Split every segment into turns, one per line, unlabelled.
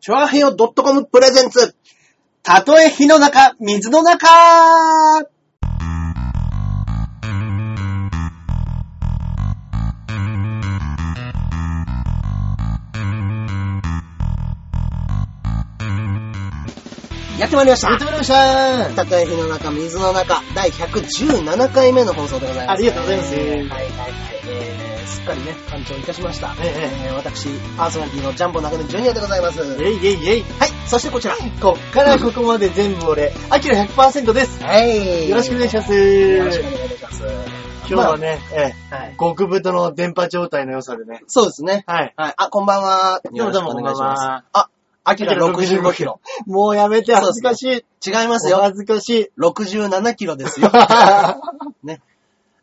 チョアヘヨ .com プレゼンツ。たとえ火の中、水の中やってまいりまし
やったて。まいりました
たとえ火の中、水の中、第117回目の放送でござい
あ
ます。
りがとうございます
はいはいはい。えー、すっかりね、完聴いたしました。
えええ
えー私、パーソナリティのジャンボ中根ジュニアでございます。はい、
えいえいえい。
そしてこちら。は
こっからここまで全部俺、アキラ100%です。
い。
よろしくお願いし
ま
ます。
すよろ
今
しくお願いいたします。
日はね、え
まあ、はい
え、。極太の電波状態の良さでね。
そうですね。
はい。
はい。あ、こんばんは。
どうもどうも
よろしくお願いし
こんばん
ま
は
す。あ、アキラ65キロ。
もうやめて、恥ずかしい。
違います
お
よ。
恥ずかしい。
67キロです よ。 ね。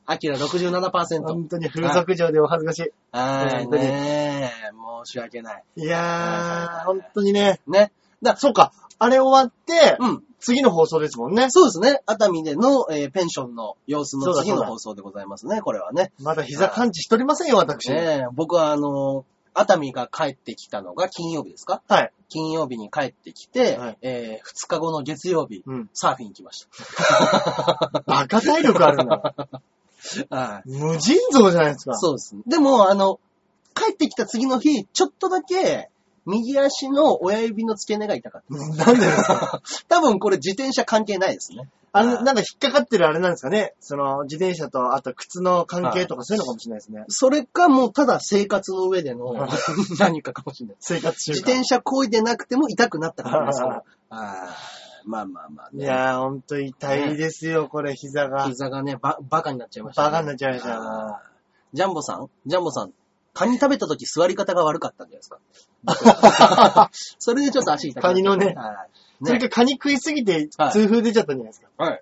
アキラ67%。
本当に風俗上でお恥ずかし
はい、
本当に
ねえ。申し訳ない。
い。いやー、本当にね。
ね。だ
そうか、あれ終わって、
うん。
次の放送ですもんね。
そうですね。熱海での、えーペンションの様子
そ
の
うだ
次
そう
の
だ
放送でございますね、これはね。
まだ膝感知しとりませんよ、私。
ねえ僕はあのー熱海が帰ってきたのが金曜日ですか
はい。
金曜日に帰ってきて、
はい
え2日後の月曜日、
うん。
サーフィン行きま し
バカ体力ある な。
た。はい。
無尽蔵じゃないですか。
そうですね。でも、あの、帰ってきた次の日、ちょっとだけ、右足の親指の付け根が痛かっ
なんでですか
た。 多分これ自転車関係ないですね。
あの、なんか引っかかってるあれなんですかね。その、自転車と、あと靴の関係とかそういうのかもしれないですね。
それかもうただ生活の上 での
はい
何かかもしれない。
生活習慣。
自転車こいでなくても痛くなったからですから
は。
あーまあまあまあ
い
ね。
やー、ほんと痛いですよ、これ、膝が。
膝がね、ば、バカになっちゃいました、
バカになっちゃいましたよ
あージャンボさんジャンボさん、カニ食べた時座り方が悪かったんじゃないですか それでちょっと足痛くなっ
カニのね
はい。
それ
ね。
か、カニ食いすぎて
はい、
痛風出ちゃったんじゃないですか。
はい。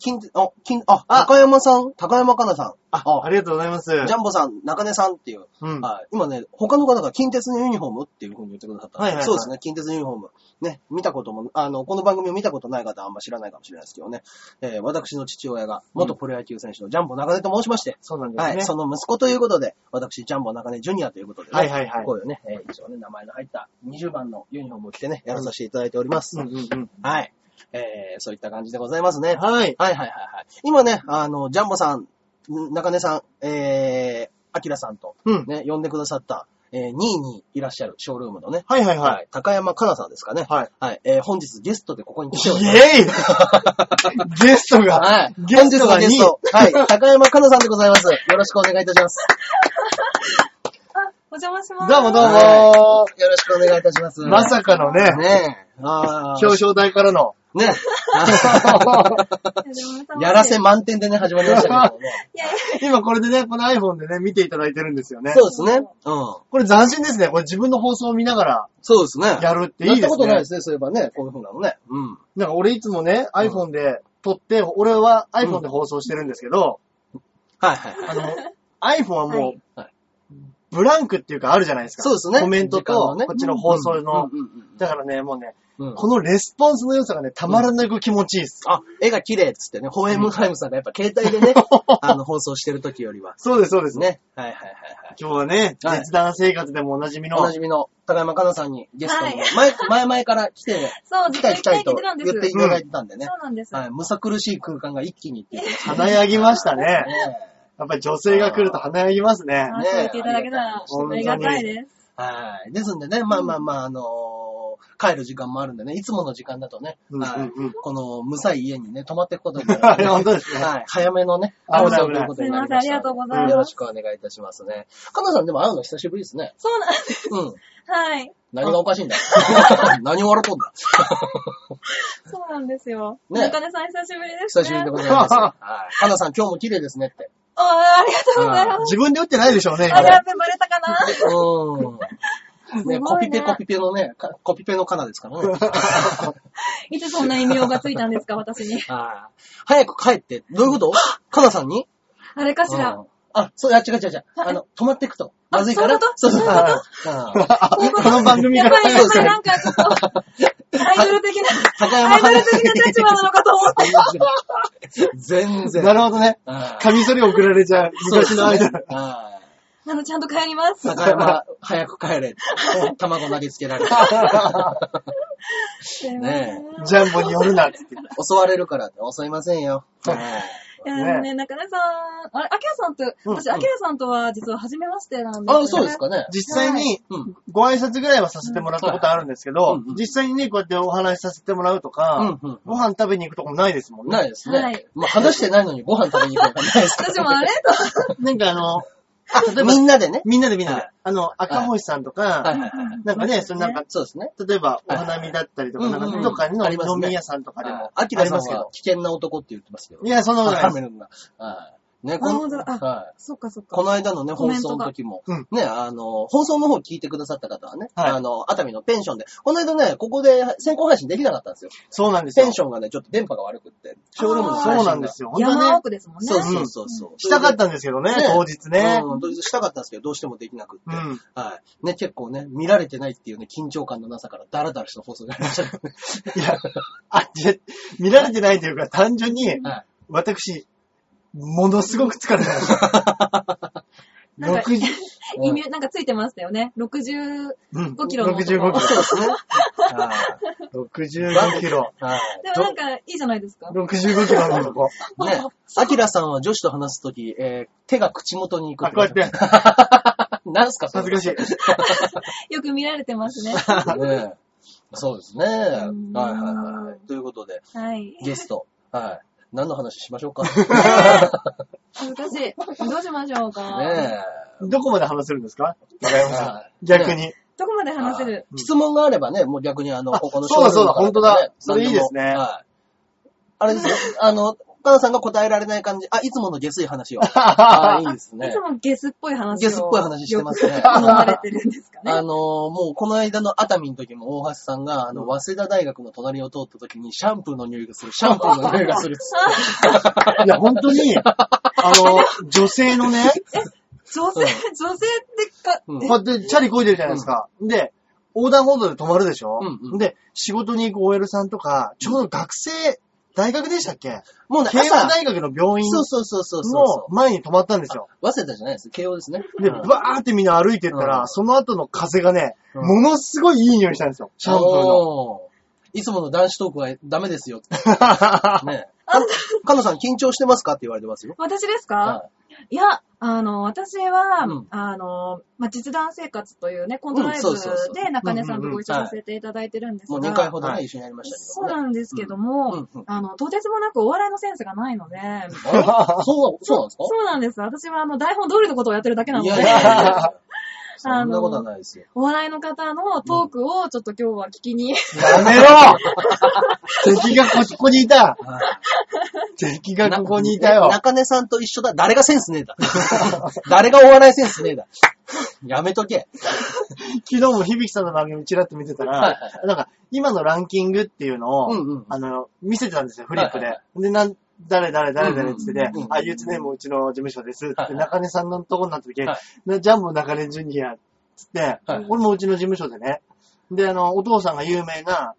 金、あ、金、あ、高山さん、高山かなさん。
あ、ありがとうございます。
ジャンボさん、中根さんっていう。
うん。
はい。今ね、他の方が近鉄のユニフォームっていう風に言ってくださったんで
はいはいはい
そうですね、近鉄のユニフォーム。ね、見たことも、あの、この番組を見たことない方はあんま知らないかもしれないですけどね。えー私の父親が、元プロ野球選手のジャンボ中根と申しまして、
そうなんです
は
ね。
い、その息子ということで、私、ジャンボ中根ジュニアということでね、
はいはいはい
こういうね、えー一応ね、名前の入った20番のユニフォームを着てね、やらさせていただいております。
うんうんうん。
はい。えー、そういった感じでございますね。
はい。
はいはいはいはい。今ね、あの、ジャンボさん、中根さん、えー、アキラさんと、
うん。
ね、呼んでくださった、えー、2位にいらっしゃるショールームのね、
はいはいは
はい、高山かなさんですかね。
い。はい。
はい、えー、本日ゲストでここに来ており
イ
ます。
エイ ゲストが、
はい。
ゲ
本
ス
日
ト
の
が
ゲ
2
ス
位。
ト、はい、高山かなさんでございます。よろしくお願いいたします。
お邪魔します。
どうもどう
は
も
いよろしくお願いいたします。
まさかのね、
ねえ。あ
表彰台からの、
あ。 ね
お邪魔様です
やらせ満点でね、始まりましたけどもね。
いやいや、
今これでね、この iPhone でね、見ていただいてるんですよね。
そうですね。うん。
これ斬新ですね。これ自分の放送を見ながら
そうですね。
やるっていいですね。
やったことないですね、そういえばね。こういう風なのね。うん。
なんか俺いつもね、iPhone で撮って、俺は iPhone で放送してるんですけど、
はいはいはい。
あの、iPhone は
は
も
いう
はい、
ブランクっていうかあるじゃないですか。
そうですね。
コメント
時間
と、
のね
こっちの放送の。
うんうんうんうん
だからね、もうね、
うん
このレスポンスの良さがね、たまらなく気持ちいいっす。
あ、絵が綺麗っつってね、ホエムハイムさんがやっぱ携帯でね、 あの、放送してる時よりは。
そうです、そうです。ね。
ね。はいはいはいはい。
今日はね、
はい
雑談生活でもおなじみの、
おなじみの高山かなさんにゲストに、
はい
前、前々から来て、
そう、
来
絶
たい
対
来
来た
たい
いって言
と
ってたんで
言
す。
っていただいてたんでね
そ。うなんです。
はい、むさ苦しい空間が一気にっていうこと
華やぎました ね。
ね。
やっぱり女性が来ると華やぎますね。
あそう言っていただけたら、ありがたいです。
はい。ですんでね、まあまあまあ、あのー帰る時間もあるんでね、いつもの時間だとね、
うんうん
はい
うん
この、むさい家にね、泊まっていくことになるんで
あ
ね、
れ、本当ですね。
はい。早めのね、
危ない
放送ということになりまし
すいませんありがとうご
た
ざ
の
いま
で。
す
よろしくお願いいたしますね。かなさんでも会うの久しぶりですね。
そうなん です。
うん。
はい。
何がおかしいん だ何を笑っとんだ
そうなんですよ。
ね
中根さん久しぶりです
久
ね。
しぶりでござい ます。はい。かなさん今日も綺麗ですねって。
おーありがとうございます。
自分で打ってないでしょうね、今
あ、
ね
やっべ、バレたかな
うん。 ね、
す
コ
ご
ピ
い
ペ
ね
コピペのね、かコピペのかなですから ね。
いつそんな異名がついたんですか、私 に。
はい早く帰って、どういうこ とかなさんに
あれかしら。
うんあ、そう、いや違う違う違う。あの、止まっていくと。まずいから。
あ
そ
そ
そ
うういうう
そう
こと
うん
そういうこと
この番組
や
が
っぱり、
そ
や
うで
っ
す
ぱ
ね
りなんかちょっと、アイドル的
高
な、
山
アイド
花
ル的な立場なのかと思って。
全然。
なるほどね。
うん
カミソリ送られちゃう。昔のアイドル。
はい
あの、ちゃんと帰ります。
中山、早く帰れ。卵投げつけ られた。ね
ジャンボに寄るなって言って。
襲われるからって、襲いませんよ。ね
いや、でもね、中根さん、あれ、アキラさんと、
うん
私、アキラさんとは実は初めましてなんですよ、ね。
あ、そうですかね。
実際に
うん。
ご挨拶ぐらいはさせてもらったことあるんですけど
うんうん、
実際にね、こうやってお話しさせてもらうと
うん
か、
うん。
ご飯食べに行くとこもないですもんね。
ないですね。
はい
まあ、話してないのにご飯食べに行くわけないですから、
私もあれと。
なんかあの、例えば
みんなでね。
みんなでみんな
は
で
い、
あの、赤星さんと
は
か、
いはい はい。
なんかね、そのなんか、
そうですね。
例えばお花見だったりとか、
はい
なん
うん
か
うん
どっかの
ありますね
飲み屋さんとかでもあ
あ
り
きらさん
ますけ
は
ど。
危険な男って言ってますけど。
いや、そんなことない
は
です。
はい。ね、
あ、
この、
本当だ。あ、
はい。
そっかそっか。
この間のね、
コ
放
メント
送の
が
時も、
うん
ね、あの、放送の方聞いてくださった方はね、
はい
あの、熱海のペンションで、この間ね、ここで先行配信できなかったんですよ。
そうなんです
ペ
よ
ン。ションがね、ちょっと電波が悪くって、ショールームの配信が
そうなんですよ。本当
山
はね、
奥ですもんね。
そうそうそうそう。
したかったんですけどね
ね、
当日ね。
うん、当日したかったんですけど、どうしてもできなくって。
うん
はい。ね、結構ね、見られてないっていうね、緊張感のなさから、ダラダラした放送になり ましたけどね。
いや、あ、じゃ、見られてないというか、単純に、
はい。
私、ものすごく疲れてました。
なんか
60、
異名、なんかついてましたよね。60、
うん
5キロの
65キロ。
そうですね。は
65キロ。
い。は
でもなんか、いいじゃないですか。
65キロの男。
い。ね、アキラさんは女子と話すとき、えー、手が口元に行く
あ、こうやって、
なんすか、それ
恥ずかしい。
よく見られてま すね。
ねえそうですね。はい
ん
はいはいはい。ということで、
はい。
ゲスト。はい。何の話しましょうか。ね
恥ずかしい。どうしましょうか。
え。
どこまで話せるんですか中山さん。
はい
逆に。
どこまで 話せる
はい質問があればね、もう逆にあの、
あ
ここの
そうだそうだ
ショールームから
本当
ね
だそれいいですね
何もはい。あれですよ。あの、岡田さんが答えられない感じ。あ、いつもの下水話を。あいいです
い
ね
つ。もゲスっぽい話を。
ゲスっぽい話してますね
よく好まれてるんですか
あ
ね。
のもうこの間の熱海の時も大橋さんが、あの、早稲田大学の隣を通った時にシャンプーの匂いがする、シャンプーの匂いがするっつって。
いや、本当に、あの、女性のね、
女性、女性ってか、
うん
こうやってチャリこいでるじゃないですか。で、横断歩道で止まるでしょ、
うんうん
で、仕事に行く OL さんとか、ちょうど学生、大学でしたっけ
もうね、
慶応
朝、
大学の病院
そうそうそうそうそう
の。前に止まったんですよ。
早稲田じゃないです。慶応ですね。
で、バーってみんな歩いてったら、
うん
その後の風がね、
うん
ものすごいいい匂いしたんですよ。シャンプーの。
おーいつもの男子トークはダメですよ。ねかかのさん緊張してますかって言われてますよ。
私です
は
かいや、あの、私は、
うん
あの、まあ、実弾生活というね、コントライ
うん
ブ
そうそうそう
で中根さんとご一緒
うんうんうん
させていただいてるんで
い
す
も
が、
う2回ほど
は
ね、
い
一緒にやりました
そう
けどね。
なんですけども、
うんうん
あの、とてつもなくお笑いのセンスがないので、
あそうそうなんですか
そうなんです。私はあの、台本通りのことをやってるだけなの
い
で、
やいやいやいや。そ
あの
んなことはないですよ。
お笑いの方のトークをちょっと今日は聞きに、
や めろ 敵がここにいた敵がここにいたよ
な。中根さんと一緒だ。誰がセンスねえだ。誰がお笑いセンスねえだ。やめとけ。
昨日も響さんの番組ちらっと見てた
はいはい
ら、なんか、今のランキングっていうのを、
うんうん
あの、見せてたんですよ、フリップで。
はいは
で、なん、誰誰誰誰って言ってて、
うんうん
あ、ゆうつねもうちの事務所ですって、
はいはい
中根さんのとこになった時、
は
なジャンボ中根ジュニアっつって、
はい
俺もうちの事務所でね、で、あの、お父さんが有名な、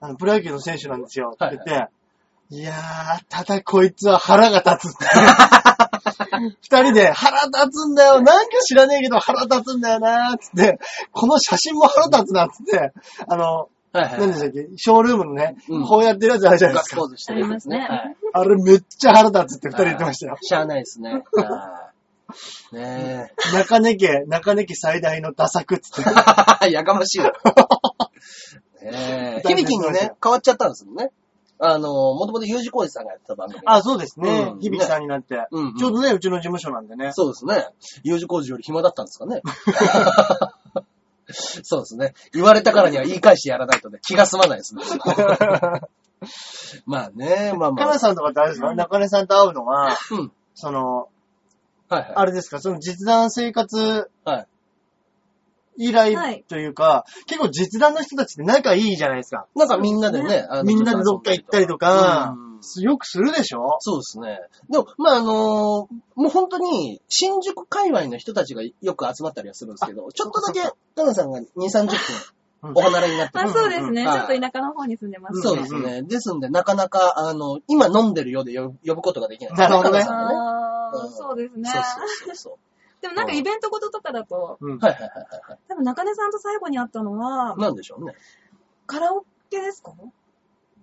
あの、プロ野球の選手なんですよって言って、いやー、ただこいつは腹が立つ って。二人で腹立つんだよ。なんか知らねえけど腹立つんだよなーっつって、この写真も腹立つなっつって、あの、
はいはい。
何でしたっけショールームのね、
うん
こうやってるやつあるじゃないで
ガッ
す
ツ
か
ポ。ーズしてるやつですね。
ありますね
はい
あれめっちゃ腹立つって二人言ってましたよ。
しゃあないですね。はいねえ。
中根家、中根家最大のダサくっつって。
やかましいわ。ねえ。
大変
響きにね、変わっちゃったんですもんね。あの、もともと U 字工事さんがやってた番組。
あ、そうですね
う。ん
響、さんになって、
うんうん
ちょうどね、うちの事務所なんでね。
そうですね。U 字工事より暇だったんです かね。そうですね。言われたからには言い返してやらないとね、気が済まな いですね。まあね、まあま
カ
あ。
ナさんとかってあれですか中根さんと会うのは、
うん。
その、
はいはい。
あれですか、その実弾生活
はい。
以
は
来
い
というか、結構実弾の人たちって仲いいじゃないですか。
なんかみんなでね、あの
みんなでどっか行ったりとか
うん、
よくするでしょ
そうですね。でも、まあ、あのもう本当に、新宿界隈の人たちがよく集まったりはするんですけど、ちょっとだけ、カナさんが2、30
うん
分お離れになって
あ、そうですね。
うん
ちょっと田舎の方に住んでますね。
そうですね。ですんで、なかなか、あの、今飲んでるようで呼ぶ呼ぶことができない。
なるほどね
カナさんはね
あー
うん
そうですね
そう。そうそうそう。
でもなんかイベントごととかだと、
うん。
はいはいはいはいは。、
多分中根さんと最後に会ったのはい
なんでしょうね。
カラオケですか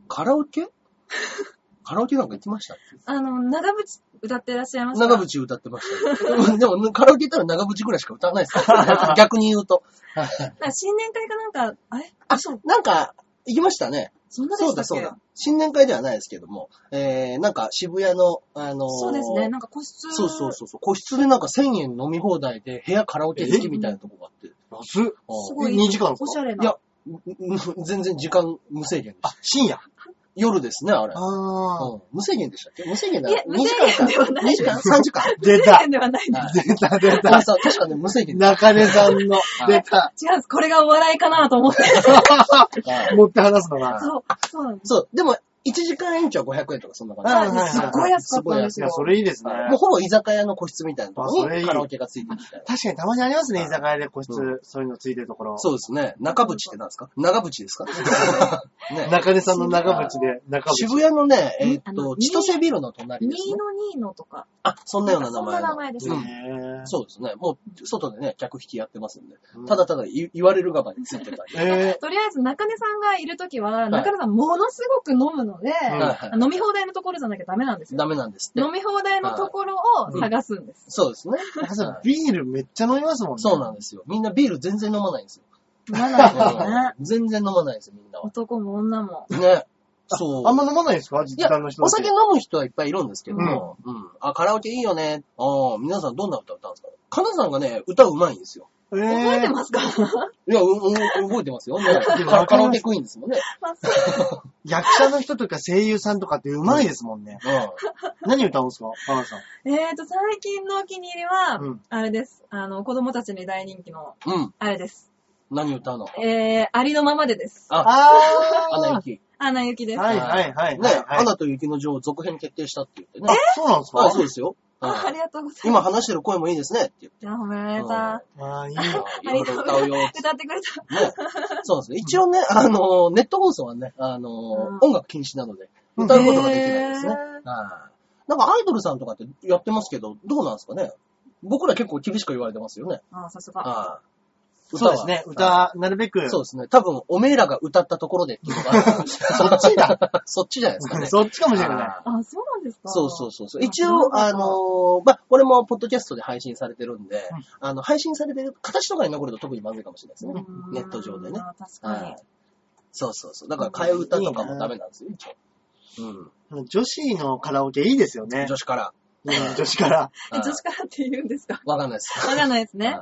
カラオケカラオケなんか行きました
あの、長渕歌ってらっしゃいました。
長。渕歌ってました。でも、カラオケ行ったら長渕ぐらいしか歌わないです から。逆に言うと。
新年会かなんか、あれ
あ、なんか、行きましたね。
そんなで
そう
した
だ
っ
そう
け
だ。新年会ではないですけども、えー、なんか渋谷の、あのー
そうですね。なんか個室。
そうそうそうそう。個室でなんか1000円飲み放題で部屋カラオケ付きみたいなとこがあって。
安っ。
あー
すごい。
え二時間ですか
おしゃれ
い
な
や。、んん全然時間無制限でした。
あ、深夜。
夜ですね、あれ。
ああ。
うん無制限でしたっけ無制限だ
いや
2時間
無制限ではない
2時間 ?3 時間
出
世
た
間ではないです。
はい
出た出
あ
た。
そう確かね、無制限で
中根さんの
は、い
出た。
違うんです。これがお笑いかなと思って。
した。はい
持って話すのな。
そう。そうなんです。
そう、でも、1時間延長500円とかそんな感
は
じ。
いはいはい
あすっごい安かったんです
い
よ
や、。それいいですね。
もうほぼ居酒屋の個室みたいなとこ
あそれ
ろ
い
に
い
カラオケがついてるみたいな。
確かにたまにありますね、居酒屋で個室
う、
そういうのついてるところ。
そうですね。中渕って何ですか長 渕ですかね
中根さんの長渕で、中渕。
渋谷のね、えーっ
あ
と、
の
千歳ビルの隣です
2
ね。
の2のとか。
あ、そんなような名前
そんな名
の。
前です
う
ね。
ん
へー
そうですね。もう、外でね、客引きやってますんで
うん。
ただただい言われる側について たり。
え
とりあえず中根さんがいるときは、
い
中根さんものすごく飲むので、
ん
はいはい
飲み放題のところじゃなきゃダメなんですよ。
ダメなんですって
飲。み放題のところを探すんです。
そうですね。
ー、中根さん
はい
ビールめっちゃ飲みますもんね。
そうなんですよ。みんなビール全然飲まないんですよ。
飲 まないですね。
全然飲まないんですよ、みんなは。
男も女も。
ね。そう。
あんま飲まないんですか
い
実
や
家の人、
お
たち
酒飲む人はいっぱいいるんですけども、うん。あ、カラオケいいよね。ああ、皆さんどんな歌歌うんですかかなさんがね、歌うまいんですよ。
覚えて
す。
ますか
いや、う、う、覚えてますよ。ね、
でも
カラカラオケクイーンですもんね。
まあそう
役者の人とか声優さんとかってうまいですもん ね。
う
何歌うんですかカナさん。
えっと、最近のお気に入りは、
うん
あれです。あの、子供たちに大人気の、
ん。うん。
あれです。
何歌うの
えー、ありのままでです。
あ、アナ
あ
雪。
アナ雪です。
はいはいはい
ね、
はい
アナと雪の女王続編決定したって言ってね。
あ、そうなんですか
あ、そうですよ。
あ、
う
あ
ん
りがとうございま
今話してる声もいいですねって言って。
す。あ褒めら
う
れ
ん
た。
あーいい
い
な。
あ
い
り
よ
がとうご
歌
ざ
う
い
よ。
ます。歌ってくれた。
ね、そうなんですね。一応ね、あの、ネット放送はね、あの、
うん
音楽禁止なので、歌うことができないですね
へー。
はいなんかアイドルさんとかってやってますけど、どうなんですかね僕ら結構厳しく言われてますよね。
あ、さすが。
はい
そうですね。。歌、
は
なるべ く。
いそうですね。多分、おめえらが歌ったところでっていうのがある からそっちだ。そっちじゃないですかね。
そっちかもしれない。
はい
あ、そうなんですか
そうそうそうそう。
あ
一
そ
応、
うな
あ
んだ
のーまあ、これもポッドキャストで配信されてるんで、あの、配信されてる形とかに残ると特にまずいかもしれないですね。
うん
ネット上でね。
あ確か
は
に
い。。そうそうそう。だから、替え歌とかもダメなんですよ、一応。うん。
女子のカラオケいいですよね。
女子から。
うん女子から。
え女子からって言うんですか
わかんないです。
わかんないですね。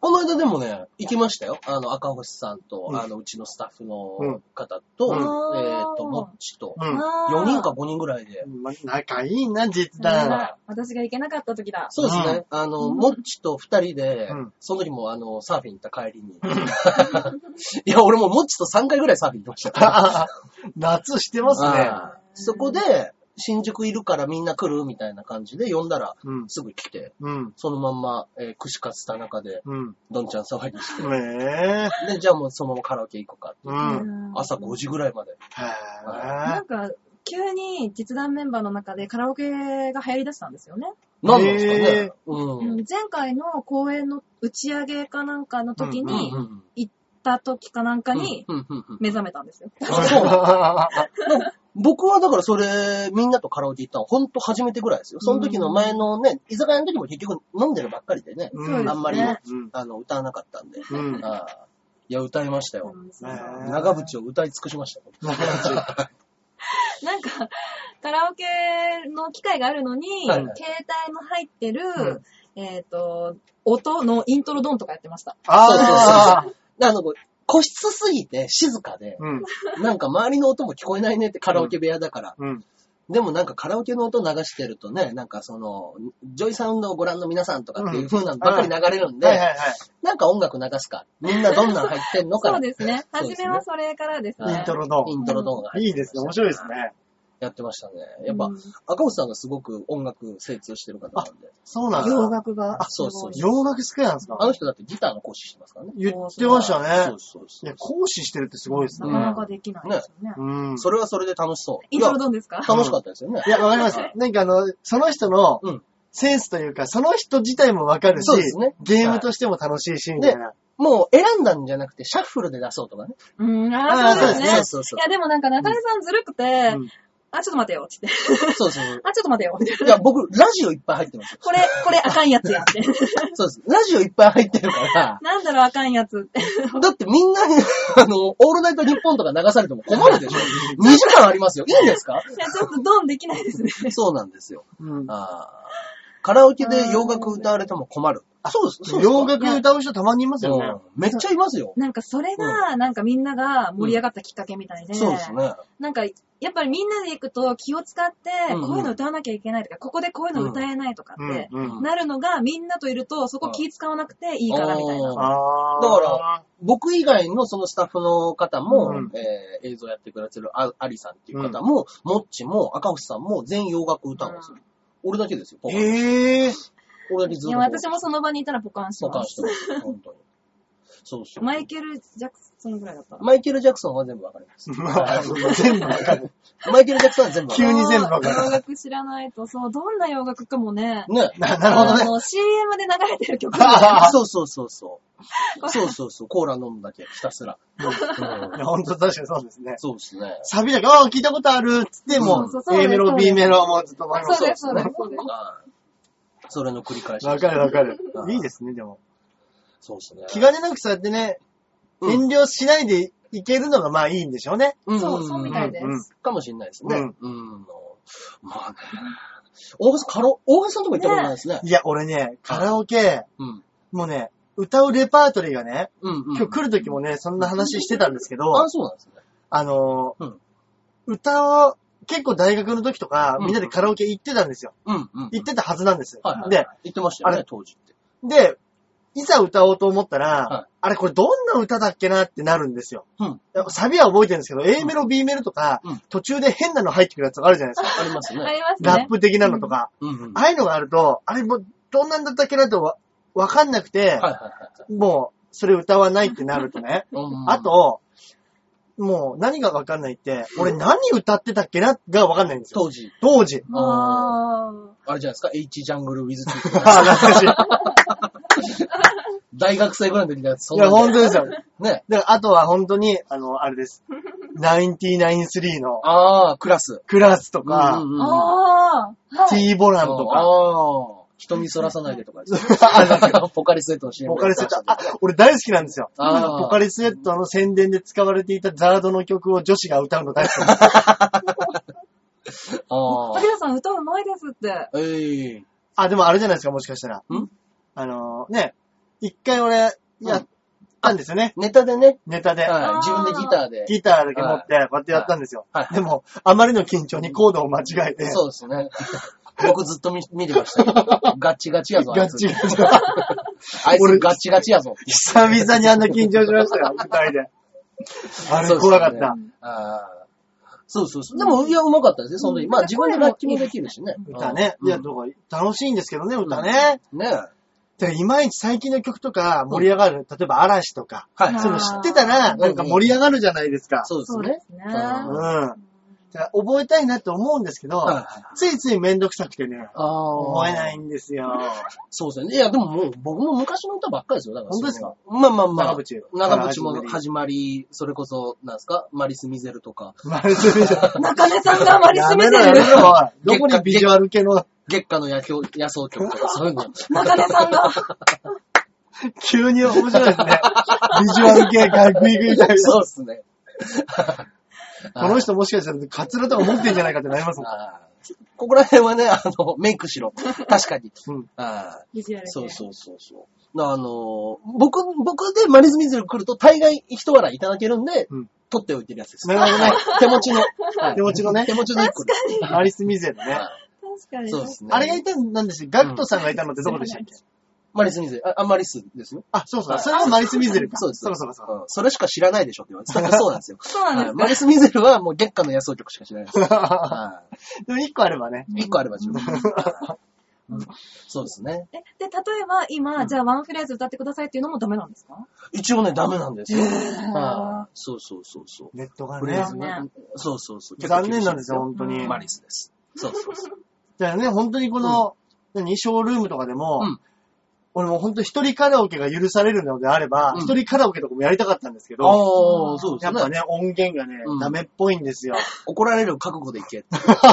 この間でもね、行きましたよ。あの、赤星さんと、
うん
あの、うちのスタッフ
う
の
ん
方と、
うん
えっ、と、ぼっちと、
うん。
4人か5人ぐらいで、
ま仲いいな、実
だ
弾。
私が行けなかった時だ。
そうですね。あの、もっちと二人で、
うん
その時もあの、サーフィン行った 帰りに。いや、俺ももっちと3回ぐらいサーフィン行きましたから。
夏してますね。
あーそこで、新宿いるからみんな来るみたいな感じで呼んだら、
うん。
すぐ来て、
うん。
そのまんま、えー串カツ田中で、
うん。
どんちゃん騒ぎして、
ねえ。
で、じゃあもうそのままカラオケ行こうかって。
うん。
朝5時ぐらいまで。
へ
なんか、急に実弾メンバーの中でカラオケが流行り出したんですよね。
何なんですかね。
へー
うん。
前回の公演の打ち上げかなんかの時
うん
に、行った時かなんかに
うんうんうん
目覚めたんですよ。
あ そうなんだ
え。
僕はだからそれ、みんなとカラオケ行ったの、ほんと初めてぐらいですよ。その時の前のね、居酒屋の時も結局飲んでるばっかりでね、
うん
そうですね。
あんまり
うん
うん。
あの、歌わなかったんで。
うん。
ああいや、歌いましたよ。
そう
ね
長渕を歌い尽くしましたよ。
なんか、カラオケの機会があるのに、
はい
携帯の入ってる、
う
えっ、と、音のイントロドンとかやってました。
ああ。
あの、こう個室すぎて静かで、
うん。
なんか周りの音も聞こえないねってカラオケ部屋だから。
うん。
でもなんかカラオケの音流してるとね、なんかその、ジョイサウンドをご覧の皆さんとかっていう風なのばっかり流れるん
はいはい
で、
はい。
なんか音楽流すか。みんなどんなん入ってんのか
そ
ら
うですね。
そう
初
ですね
めはそれからです
はい
イ
ね
ン。トロの。
イントロ動画。
いいですね。面白いですね。
やってましたね。やっぱ、
うん
赤星さんがすごく音楽精通してる方なんで。
そうなん
洋
だ。
楽が。
あそうそう
すごい
洋楽好きなんですか
あの人だってギターの講師してますからね。
言ってました
そ
ね
う。そうそ
いうや、講師してるってすごいですね
な。かなかできないですよね。
うん。
それはそれで楽しそう。
イントロドンですか
いや楽しかったですよね。
いや、わかります。なんかあの、その人の
うん、
センスというか、その人自体もわかるし
そうですね、
ゲームとしても楽しいし、みたいな。
もう選んだんじゃなくて、シャッフルで出そうとかね。
うん、ああ、そうですね。
そうそうそう
いや、でもなんか中根さんずるくて、
うん
あ、ちょっと待てよ、つって。
そうそう。
あ、ちょっと待てよ、みたい
い
な
や、僕、ラジオいっぱい入ってますよ。
これ、これあかんやつやって。
そうです。ラジオいっぱい入ってる から、
なんだろう、あかんやつって。
だってみんなに、あの、オールナイトニッポンとか流されても困るでし ょ ?2 時間ありますよ。いいんですか
いや、ちょっとドンできないですね。
そうなんですよ。
うん
あーカラオケで洋楽歌われても困る。そうです。そうですか
洋楽歌う人たまにいますよね。
うんめっちゃいますよ。
なんかそれが、なんかみんなが盛り上がったきっかけみたいで。
そうですね。
なんか、やっぱりみんなで行くと気を使って、
うんうん
こういうの歌わなきゃいけないとか、ここでこういうの歌えないとか
う
っ
ん
て、
うん。
なるのがみんなといると、そこ気使わなくていいからみたいな。
あ
あー
だから、僕以外のそのスタッフの方も、
うん
えー映像やってくれてるあアリさんっていう方も、もっちも赤星さんも全員洋楽歌うんですよ。俺だけですよ。ポカン
へえ。
俺だけずっ
い
と
や、
ポカン。
私もその場にいたらポカンし
ポカ
ま
ン
す
して。ます。本当に。そうそう。
マイケル・ジャクソンぐらいだったら。
マイケル・ジャクソンは全部わかります。
まあ、全部わかる。
マイケル・ジャクソンは全部わかり
急に全部わかる
あー洋楽知らないと、そう、どんな洋楽かもね、
ます。ね。
ななるほど
あ
ね。
の CM で流れてる曲みたいな
あー
そうそうそ うそう。そうそうそう。コーラ飲むだけ、ひたすら。うん
いや本当確かにそうですね。
そうですね。
サビだけ、ああ、聞いたことあるっつって、も
そう
う、
そうそう
A メロ、B メロ、もうずっと前も
そうです、そうです、そうです。
はいそれの繰り返し。
わかるわかる
う。ん
いいですね、でも。
そうですね。
気兼ねなくそうやってね、
うん
遠慮しないでいけるのがまあいいんでしょうね。
うん
そう、そうみたいです。
かもしれないですね。
う
うんん。まあね。大橋さん、カラオ大橋さんとか行ったことないですね。
いや、俺ね、カラオケ、
うん。
もうね、歌うレパートリーがね、
うん、うん。
今日来る時もね、そんな話してたんですけど、
あ、そうなんですね。
あのー
うん
歌を、結構大学の時とか、
うん
みんなでカラオケ行ってたんですよ。
うん、うん。
行ってたはずなんです。
はいはい。
で、
行ってました
あ
よね
れ、
当時って。
で、いざ歌おうと思ったら、
はい
あれこれどんな歌だっけなってなるんですよ。
うん。
サビは覚えてるんですけど、A メロ、B メロとか、
うん
途中で変なの入ってくるやつがあるじゃないですか。
あります
あ
ね。
ります
ラッ
ね。
プ的なのとか。
うん、うん。
ああいうのがあると、あれもどんなんだったっけなとわわかんなくて、
はいはいはい
もう、それ歌わないってなるとね。
うん。
あと、もう何がわかんないって、俺何歌ってたっけながわかんないんですよ。
当時、
当 時。
あ
あれじゃないですか、H ジャングル with
あ
T
あ、懐かしい。い
大学生ぐらいの時のやつ、そんな
や、
んだよ
本当ですよ。
ね。
で、あとは本当に、あの、あれです。993の
ああ、クラス。
クラスとか、
うん
ー。
うんうん
あー。はい
T ボランとか、
ああ。瞳そらさないでとかですね ポカリスエットの CM
ポカリスエット、
あ
あ、俺大好きなんですよ。
あー
ポカリスエットの宣伝で使われていたザードの曲を女子が歌うの大好きなん です。
あ
竹田さん歌うまいですって。
ー。ええ
あ、でもあれじゃないですか、もしかしたら。
ん
あのね、一回俺、やったんですよね、
ネタでね、
ネタで。
はい、自
あー
分でギターで。
ギターだけ持って、こうやってやったんですよ。
はいはい
でも、あまりの緊張にコードを間違えて、
そうですね。 僕ずっと見見て ましたけど。ガッチガチやぞ。あ
ガ
いつ
チガチだ。
あい
俺
つガチガチやぞ。
久々にあんな緊張しました よ、舞台で。あれ
そうですね
怖かった。
あーそうそうそう。でも、いや、うまかったですね、その時。まあ、自分で楽器もできるしね。
歌ね。
うん
いや、どうか楽しいんですけどね、歌ね。
ねえ。
で、いまいち最近の曲とか盛り上がる、例えば嵐とか、
はい
あー。
そういうの知ってたら、なんか盛り上がるじゃないですか。
そうです
そうで
ね。
すね。
う。
うん
だから覚えたいなって思うんですけど
はいはいはい、
ついついめんどくさくてね、
あー
覚えないんですよ。
そうですね。いや、でももう、僕も昔の歌ばっかりですよ。だから
本当ですか
まあまあまあ。
長渕
長渕も始まり、それこそ、なんですかマリス・ミゼルとか、
マルチビジュアル
中根さんがあまり
や
締
め
め
ろ
て
やめ
る。
ろ。おいどこにビジュアル系の、
月下の野草野草 曲とか、そういうの。
中根さんが。
急に面白いですね。ビジュアル系がグイグイみたいな。
そうですね。
この人もしかしたらカツラとか持ってんじゃないかってなりますもん。
あーここら辺はね、あの、メイクしろ。確かに。
うん
あー
ビジュア ル
そうそうそうそう。なあのー僕、僕でマリス・ミゼル来ると、大概一笑いいただけるんで、
うん
取っておいてるやつです。
なるほどね
はい 手持ちの。はい
手持ちのね
手持ちの一個です。
マリス・ミゼルね。
はい
確かに。
そうですね。
あれがいたんなんですよ。ガクトさんがいたのってどこでしたっけ
マリス・ミゼル、あ、あマリスですね。
あ、そうそう。それがマリス・ミゼルか。
そうです。
そうそうそう。
うんそれしか知らないでしょって言われてた。そうな んですよ。
そうなんで
は
すか
いマリス・ミゼルはもう月下の野草曲しか知らないです。は
でも一個あればね。
い一個あれば 十分。うんそうですね。
え、で、例えば今、じゃあワンフレーズ歌ってくださいっていうのもダメなんですか
一応ね、ダメなんですよ。はいそうそうそうそう。
ネットが
フ
ね
レー。ズね
ね。
そうそうそう。
残念なんですよ、本当
う
に
ん。
マリスです。そうそうそう。
だからね、本当にこの、何、ショールームとかでも、
うん
俺もうほんと一人カラオケが許されるのであれば、
うん
一、人カラオケとかもやりたかったんですけ
あ
ど、
あ、そうで
や
す
っ
ね
ぱ。ね、音源がね、
うん
ダメっぽいんですよ。
怒られる覚悟でいけ って。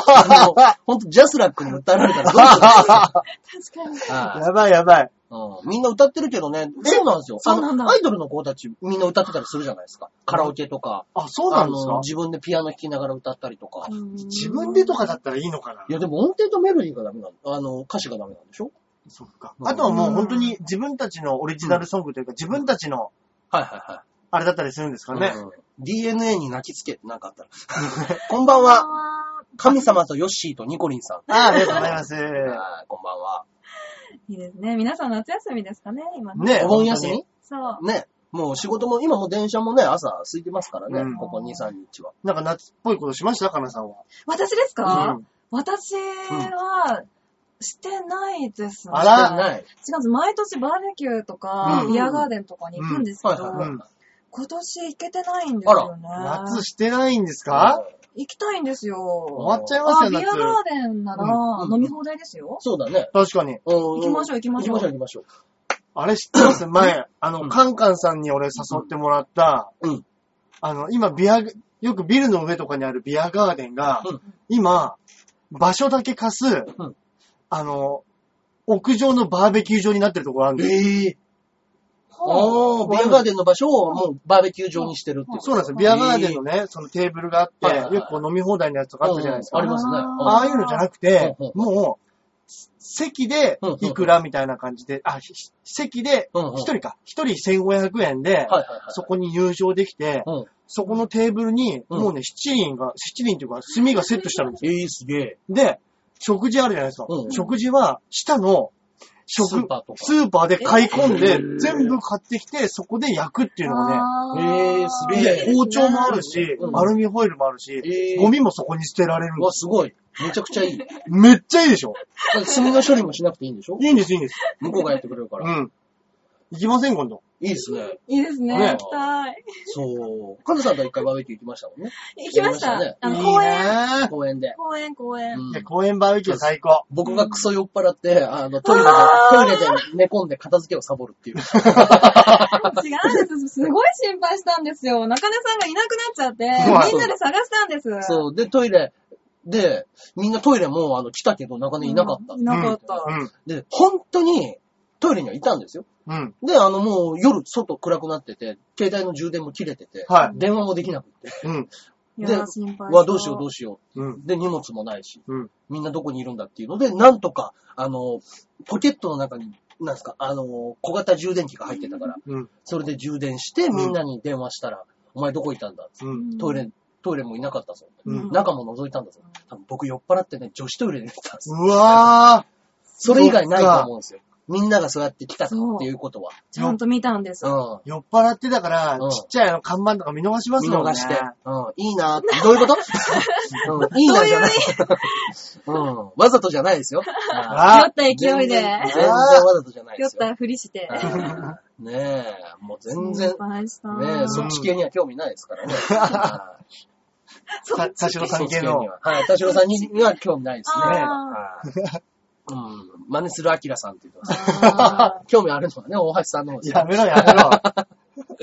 あのほんと、ジャスラックに訴えられたらどうす
確かに。
るはい
やばいやばい。
うんみんな歌ってるけどね、そうなんですよ。
そうなんだ
あのアイドルの子たちみんな歌ってたりするじゃないですか。カラオケとか。
あ、そうなんです
あ
か
の自分でピアノ弾きながら歌ったりとか。
自分でとかだったらいいのかない
や、でも音程とメロディーがダメなの。あの、歌詞がダメなんでしょ
そっか。
うん
あとはもう本当に自分たちのオリジナルソングというか、自分たちの
はいは
あれだったりするんですか
い
ね。
DNA に泣きつけってなんかあったら。 こんばんは。
は。
神様とヨッシーとニコリンさん。
ああ、ありがとうございます。
はいこんばんは。
いいですね。皆さん夏休みですかね、今ね。
ね
お盆休み
そう。
ね。もう仕事も、今もう電車もね、朝空いてますからね。
うん
ここ2、3日は。
なんか夏っぽいことしましたかなさんは。
私ですか、
うん
私は、してないですね。
あら
してない。
違うんです。毎年バーベキューとか、
うん
ビアガーデンとかに行くんですけ
はい
ど、
はいはい。
うん
今年行けてないんですよね。
夏してないんですか
行きたいんですよ。
終わっちゃいます
あ、
よ、
ビア
夏。
ガーデンなら
うんうん
飲み放題ですよ。
そうだね。
確かに。
行
行きましょう行きましょ
行きま
う
しょう、行きましょう。
あれ知ってます前、あ
う
の、
ん
カンカンさんに俺誘ってもらった、
うん
あの、今、ビア、よくビルの上とかにあるビアガーデンが、
うん
今、場所だけ貸す、
うん
あの、屋上のバーベキュー場になってるところあるんですよ。
ええ
は
おー、ビアガーデンの場所をもうバーベキュー場にしてるっていう。
そうなんですよ。ビアガーデンのね、そのテーブルがあって、
はいはいはい
よくこう飲み放題のやつとかあったじゃないですか。
ありますね。
うん
ああいうのじゃなくて、
うん
もう、席で
うん
いくらみたいな感じで、あ、ひ席で、
うんうん
一人か、一人1500円で、
はいはいはい。
そこに入場できて、
うん。
そこのテーブルに、
うん
もうね、七人が、七人というか、炭がセットしてあるんですよ。
ええすげえ。
で、食事あるじゃないですか。
うん
食事は、下の、食、
スーパーとか
スーパーで買い込ん
え
で、
ー
全部買ってきて、そこで焼くっていうのがね、
あー
えーすげえ
いいですね
包丁もあるし、
うん
アルミホイルもあるし、
ええ
ゴミもそこに捨てられるん
う
で
わ、
す。
すごい。めちゃくちゃいい。だって
めっちゃいいでしょ
炭の処理もしなくていいんでしょ
いいんです、いいんです。
向こうがやってくれるから。
う
い
ん。行きません、今度。
いですね。
いいですね。
ね
行きたい。
そう。カズさんと一回バーベキュー行きましたもんね。
行き
行き
まし
ましたね
た。あ
い
の、
い
公園。
ね
公園で。
公園、公園。
うん
いや公園バーベキュー最高。
僕がクソ酔っ払って、あの、トイレで、トイレで寝込んで片付けをサボるっていう。
違うんです。すごい心配したんですよ。中根さんがいなくなっちゃって、
はい
みんなで探したんです。
そう。で、トイレ、で、みんなトイレも、あの、来たけど、中根いなかった。
いなかった。
うん。
で、本当に、トイレにはいたんですよ。
うん。
で、あの、もう、夜、外暗くなってて、携帯の充電も切れてて、
はい
電話もできなくて、
うん。
いやー、心配した。
わ、どうしようどうしよ
うん。
う。で、荷物もないし、
うん。
みんなどこにいるんだっていうので、なんとか、あの、ポケットの中に、なんですか、あの、小型充電器が入ってたから、
うん。
それで充電して、みんなに電話したら、お前どこいたんだ
うん。うん。
トイレ、トイレもいなかったぞ。
うん
中も覗いたんだぞ。多分僕酔っ払ってね、女子トイレで寝てたんです。
うわ
それ以外ないと思うんですよ。みんながそうやって来たっていうことは。
ちゃんと見たんです。
うん。
ー酔っ払ってだから
うん、
ちっちゃいあの看板とか見逃します
見
もんね。
逃して。うん。いいなってどういうことうんいいなじゃない。 うん。わざとじゃないですよ。は
酔
あ
った
い
勢い
全然
で、
全然わざとじゃない
酔
で
っ
すよ。
たふりして。
うんねえ、もう全然
心、配した。
ねえ、そっち系には興味ないですからね。はい
そ
さ、田代さん系の
に。は。はい、田代さんには興味ないですね。
あ
はいうん。真似するアキラさんって言ってます。
あー
興味あるのはね、大橋さんの方ですね
やめろ、やめろ。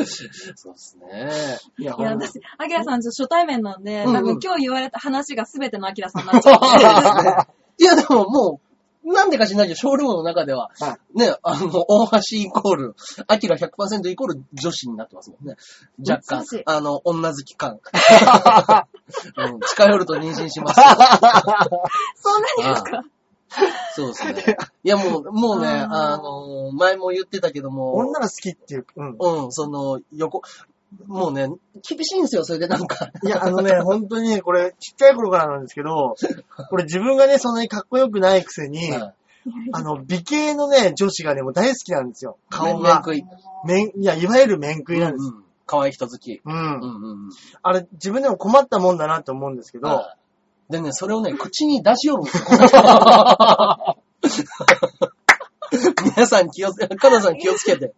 そうですね。
いや、
いや、
ほんと
私、アキラさんちょっと初対面なんで、
うん
多分今日言われた話が全てのアキラさんにな っちゃう。
いや、でももう、なんでか知らないけど、ショールームの中では、
は
ね、あの、大橋イコール、アキラ100%イコール女子になってますもんね。若干
少し、
あの、女好き感。 うん、近寄ると妊娠します。
そんなにですか
そうですね。いや、もう、もうね、
あー
あの、前も言ってたけども、
女が好きっていう。うん。
うん、その、横、もうね、厳しいんですよ、それでなんか。
いや、あのね、本当にこれ、ちっちゃい頃からなんですけど、これ自分がね、そんなにかっこよくないくせ に、
うん
あの、美形のね、女子がね、もう大好きなんですよ。顔
面
が。
食い。
面、いや、いわゆる面食いなんです。
うん可愛い人好き。
うん
う。んうんうん。
あれ、自分でも困ったもんだなと思うんですけど、
はいでね、それをね、口に出しよるんですよ。皆さん気をつけ、カナさん気をつけて。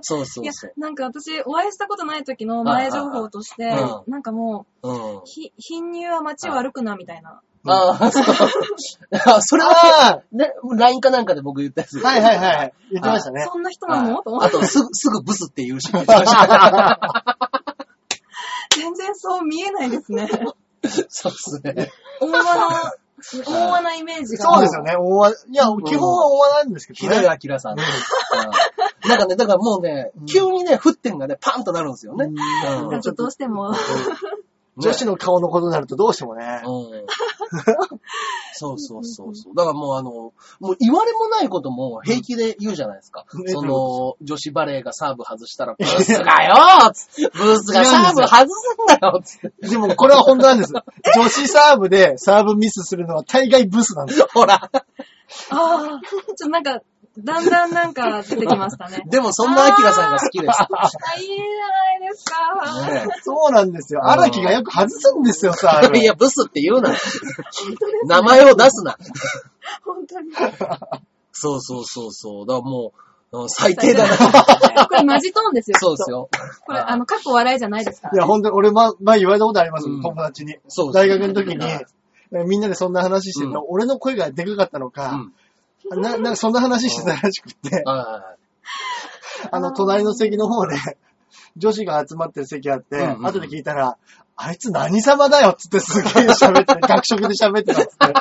そうそ
いうや
そ、
なんか私、お会いしたことない時の前情報として
はいはいは、
なんかもう、
う。うん。
ひ貧乳は街を歩くな、みたいな。
ああ、そう。それは、ね、LINE かなんかで僕言ったやつ。
はいはいはい。言ってましたね。
そんな人な
は
の
い
と思っ
あ
て。
と、すぐ、すぐブスって言うし、言ってました
全然そう見えないですね。
そうですね。
大和の、大和なイメージが。
そうですよね。大和、いや、基本は大和なんですけ
ひ
ど
どい
ね。
アキラさん。うんなんかね、だからもうね、急にね、沸点がね、パンとなるんですよね。
うん
うん
ちょっとどうしても。
女子の顔のことになるとどうしてもね。
うんそうそうそうそう。だからもうあの、もう言われもないことも平気で言うじゃないですか。
うん
その、女子バレーがサーブ外したら、ブ
や
ースがよーつってブースがサーブ外すんだよつって
でも、これは本当なんです。女子サーブでサーブミスするのは大概ブスなんですよ。
ほら。
ああ、ちょっとなんか、だんだんなんか出てきまし たね。
でもそんなアキラさんが好きです。
あ、いいじゃないですか。
ね
そうなんですよ。荒木がよく外すんですよ、サーブ。
いや、ブスって言うな。名前を出すな。
本当に。
そうそうそうそう。だからもう、うん最低だな。
これマジトーンですよ。
そうですよ。
これ、あの、過去笑いじゃないですか
いや、本当に俺、ま、前言われたことあります、
うん
友達に。
そう
大学の時に
はい、
みんなでそんな話してるの、
う
俺の声がでかかったの
う
か、
ん
な、なんかそんな話してたらしく って、
はいは
あの、隣の席の方で、女子が集まってる席あって、
うんうんうん
後で聞いたら、あいつ何様だよっつってすげえ喋 って、学食で喋ってたっつって。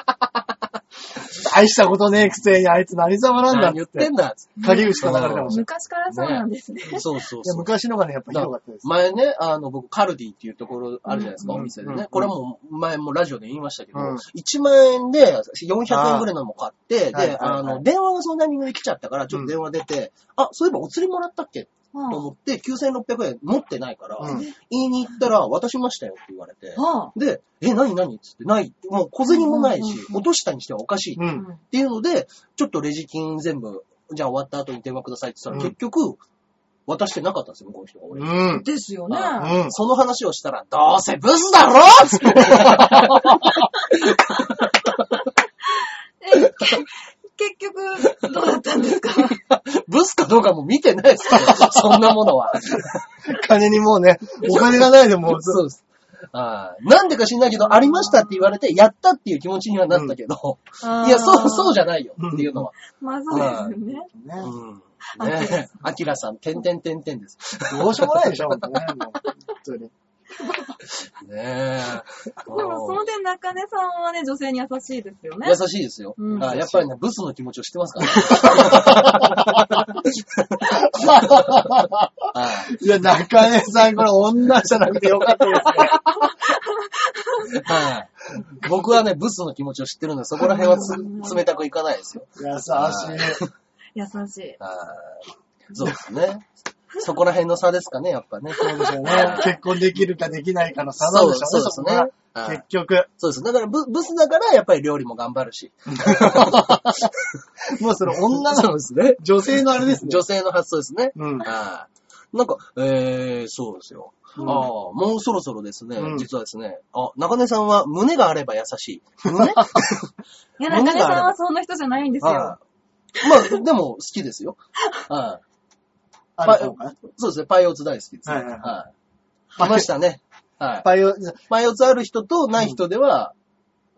大したことねえくせにあいつ何様
い
なんだ
何
っ
言
つっ
っ
てて
ん。だ。
陰口と流れてました。
昔からそうなんですね。
そうそう
いや
そう。
昔のがね、やっぱひどかったです。
前ね、あの、僕、カルディっていうところあるじゃないですか、
うん
お店で
うんう
ね
ん。
これはもう、前もラジオで言いましたけど、
うん
1万円で400円ぐらいのも買って、で、
はいはいはい
あの、電話がそのタイミングで来ちゃったから、ちょっと電話出て、あ、そういえばお釣りもらったっけ
は
と思って、9600円持ってないから、
うん
言いに行ったら、渡しましたよって言われて
あ、は
で、え、何何っつって、ない、もう小銭もないし
うんうん、うん
落としたにしてはおかしいっ
う
あ
ん。
ていうので、ちょっとレジ金全部、じゃあ終わった後に電話くださいって言ったら、
うん
結局、渡してなかったんですよ、向こうの人が俺に。
うん。
ですよね。
あ
うん。
その話をしたら、どうせブスだろつって
え、け結局、どうだったんですか
ブスかどうかも見てないですけど、そんなものは。
金にもうね、お金がないでもう、
そうです。あーなんでか知んないけど、ありましたって言われて、やったっていう気持ちにはなったけど、いや、そう、そう
う。
じゃないよっていうのは。
まあそうですよね。
ね
うん。
あ
ねえ、アキラさん、てんてんてんてんです。
どうしようもない でしょ、ほんとね。もう本当に。
ねえ。
でもその点中根さんはね、女性に優しいですよね
優。しいですよ、
うん
あーやっぱりね、ブスの気持ちを知ってますから、ね あ
いや、中根さん、これ女じゃなくてよかったですね。
ーはい僕はね、ブスの気持ちを知ってるんで、そこら辺はつ冷たくいかないですよ。
優しい。
優しい。
あーそうですね。そこら辺の差ですかね、やっぱね。
そうでしょうね。結婚できるかできないかの差なん
そ
で
う
しょ
そうう
ね、そこ
ですね
が。。
はい
結局、
そうです。だからブ、ブスだから、やっぱり料理も頑張る し。
もうその女の、
うですね。
女性のあれですね。
女性の発想ですね。
うん。
あーなんか、えー、そうですよ。あ
う
あ
ん
もうそろそろですね、
うん
実はですね、あ、中根さんは胸があれば優しい。 胸
いや、中根さんはそんな人じゃないんですよ
あ。ーまあ、でも好きですよ。あー
あれそうかな
そうですね、パイオツ大好きですね。
はいはいはい
はい来ましたね。はい。
パイオ、
前四つある人とない人では、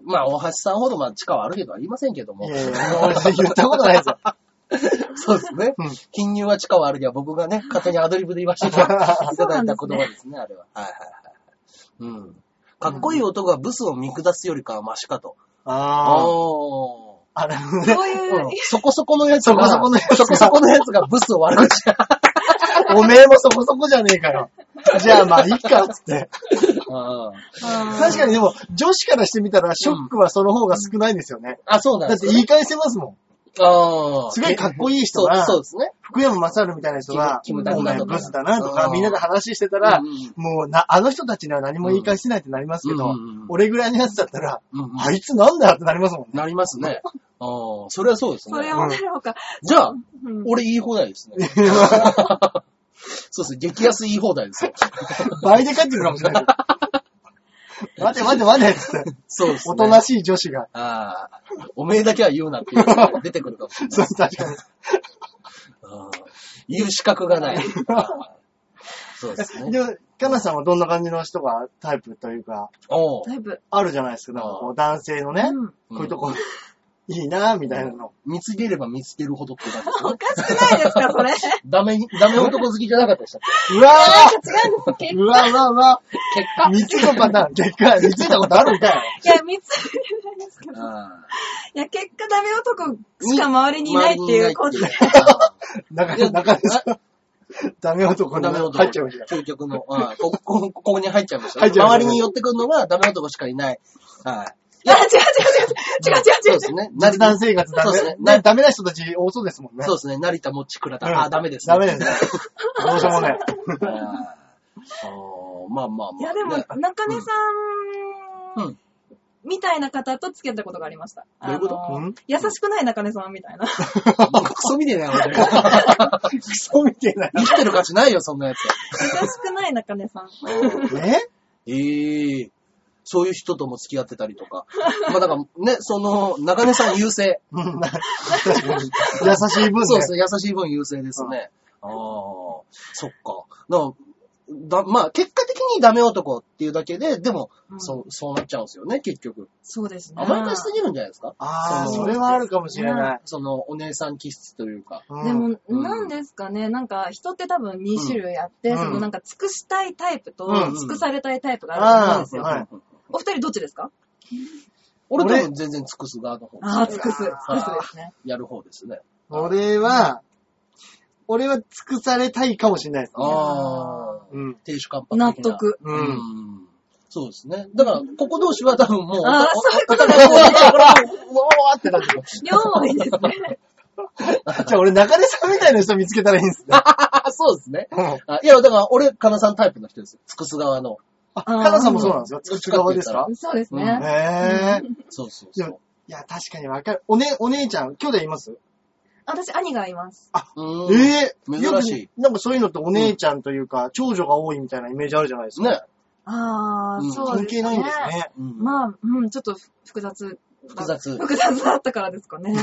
まあ、大橋さんほど、まあ、地下はあるけど、ありませんけども
い。やいや、俺言ったことないですよ。
そうですね
うん。
金融は地下はあるには、僕がね、 勝手にアドリブで言わせていただいた言葉ですね、あれは。はいはいはい。うん。かっこいい男がブスを見下すよりかはマシかと。
あー。
おー。
あれ、
そういう
うん、そこそこのやつ
そ
が、
こそこのやつが
そこそこのやつがブスを悪口。
おめえもそこそこじゃねえかよ。じゃあまあ、いいか、つって。
うん
確かにでも、女子からしてみたら、ショックはその方が少ないんですよね。
あ、そうな
だ
んで
っ
す
て
ね
言い返せますもん。
あー
すごいかっこいい人
そう
が、
そうですね。
福山雅治みたいな人が、
キムキムタ
お
クだ
前
とか
ブスだなとか
う、ん
みんなで話してたら
うんうん、
もうな、あの人たちには何も言い返せないってなりますけ
う
ど
んうんうん、
俺ぐらいのやつだったら、
うんうん
あいつなんだよってなりますもん ね。
なります ね。あーそれはそうですね。
それをなるほか。
じゃあ、
うん
俺言い放題で すね。そうですね、激安言い放題ですよ。
倍で帰ってくるかもしれない。待て待て待てっつって、
そうです
お
ね。
となしい女子が。
ああ、おめえだけは言うなっていうのが出てくるかもしれない。
そう、確かに。
うん言う資格がない。そうですね。
で、かなさんはどんな感じの人がタイプというか、
おう
だいぶ。
あるじゃないですか。なんかこう男性のね、
うん
こういうとこ、いいなぁ、みたいなの。
見つければ見つけるほどって感じです
お
ね。
かしくないですか、それ。
ダメ、ダメ男好きじゃなかったでしたっ
うわ
なん
ぁ
か違うんです。結
うわうわうわ
け結果。
三つのパターン、結果、見ついたことあるんかい。
いや、見つけないです けど。
あ
いや、結果ダメ男しか周りにいないっていうこと で。
中
いや
で、中でさ、ダメ男
こダメ
に
男。
入っちゃいました。
究極の、うんこ こ、ここに入っちゃいました。
入っちゃいました
周りに寄ってくるのがダメ男しかいない。はい。
いや、違う違う違う違う
そう
違う違う
で。すね。
雑談生活ダ
そう
メ
ですね。
ねダメな人たち多そうですもんね。
そうですね。成田もちく
う
ら
ん
た。あ、ダメですね。
ダメですね。どうしようもね。
あーあーまあまあまあ。
いや、でも
ね、
中根さ
うん
ん、
うん
みたいな方と付き合ったことがありました。
どういうこと
あの
ん
優しくない中根さんみたいな。
もうクソみてえ な、俺。
クソみてえな。
生きてる価値ないよ、そんなやつ。
優しくない中根さん。
え
ええそういう人とも付き合ってたりとか。まあだからね、その、中根さん優勢。
うんな確かに優しい分
そ
ね
うで。すね、優しい分優勢ですね。ああ、そっか。だからだまあ、結果的にダメ男っていうだけで、でも、
うん
そう、そうなっちゃうんですよね、結局。
そうですね。
甘やかしすぎるんじゃないですか
ああ、
そ
そうれはあるかもしれない。
その、お姉さん気質というか。
うん
でも、
うん
なんですかね、なんか人って多分2種類あって、
うん
そのなんか尽くしたいタイプと、
うん
尽くされたいタイプがあると思うんですよ。
あーはい
お二人どっちですか
俺多分全然尽くす側の方ですね
ああ、尽くす。尽くすですね。
やる方ですね。
俺は、俺は尽くされたいかもしれないですね。
ああ、
うん。
亭主関白的な
納。得。
う
うん。
ん。そうですね。だから、ここ同士は多分もう、
ああ、
お
そういうことなんですね。
ほら、うわーってなってる。
両思いですね。
じゃあ俺、中根さんみたいな人見つけたらいいんですね。
あ、そうですね。
うん
あいや、だから、俺、カナさんタイプの人ですよ。尽くす側の。
あ、カナさんもそうなんですよ。尽くす側ですか
そうですね。
うん
へえ。
そうそう
い
そ
や
う。
いや、確かにわかる。おね、お姉ちゃん、兄弟います
私、兄がいます。
うーん
ええ
珍しい
よくなんかそういうのってお姉ちゃんというか、長女が多いみたいなイメージあるじゃないですか。
ね。
あ
うん
あ、そう
関
です
係
ね。
ないんですね。
うん
まあ、うん、ちょっと複雑。
複雑
複雑だったからですか ね。
じ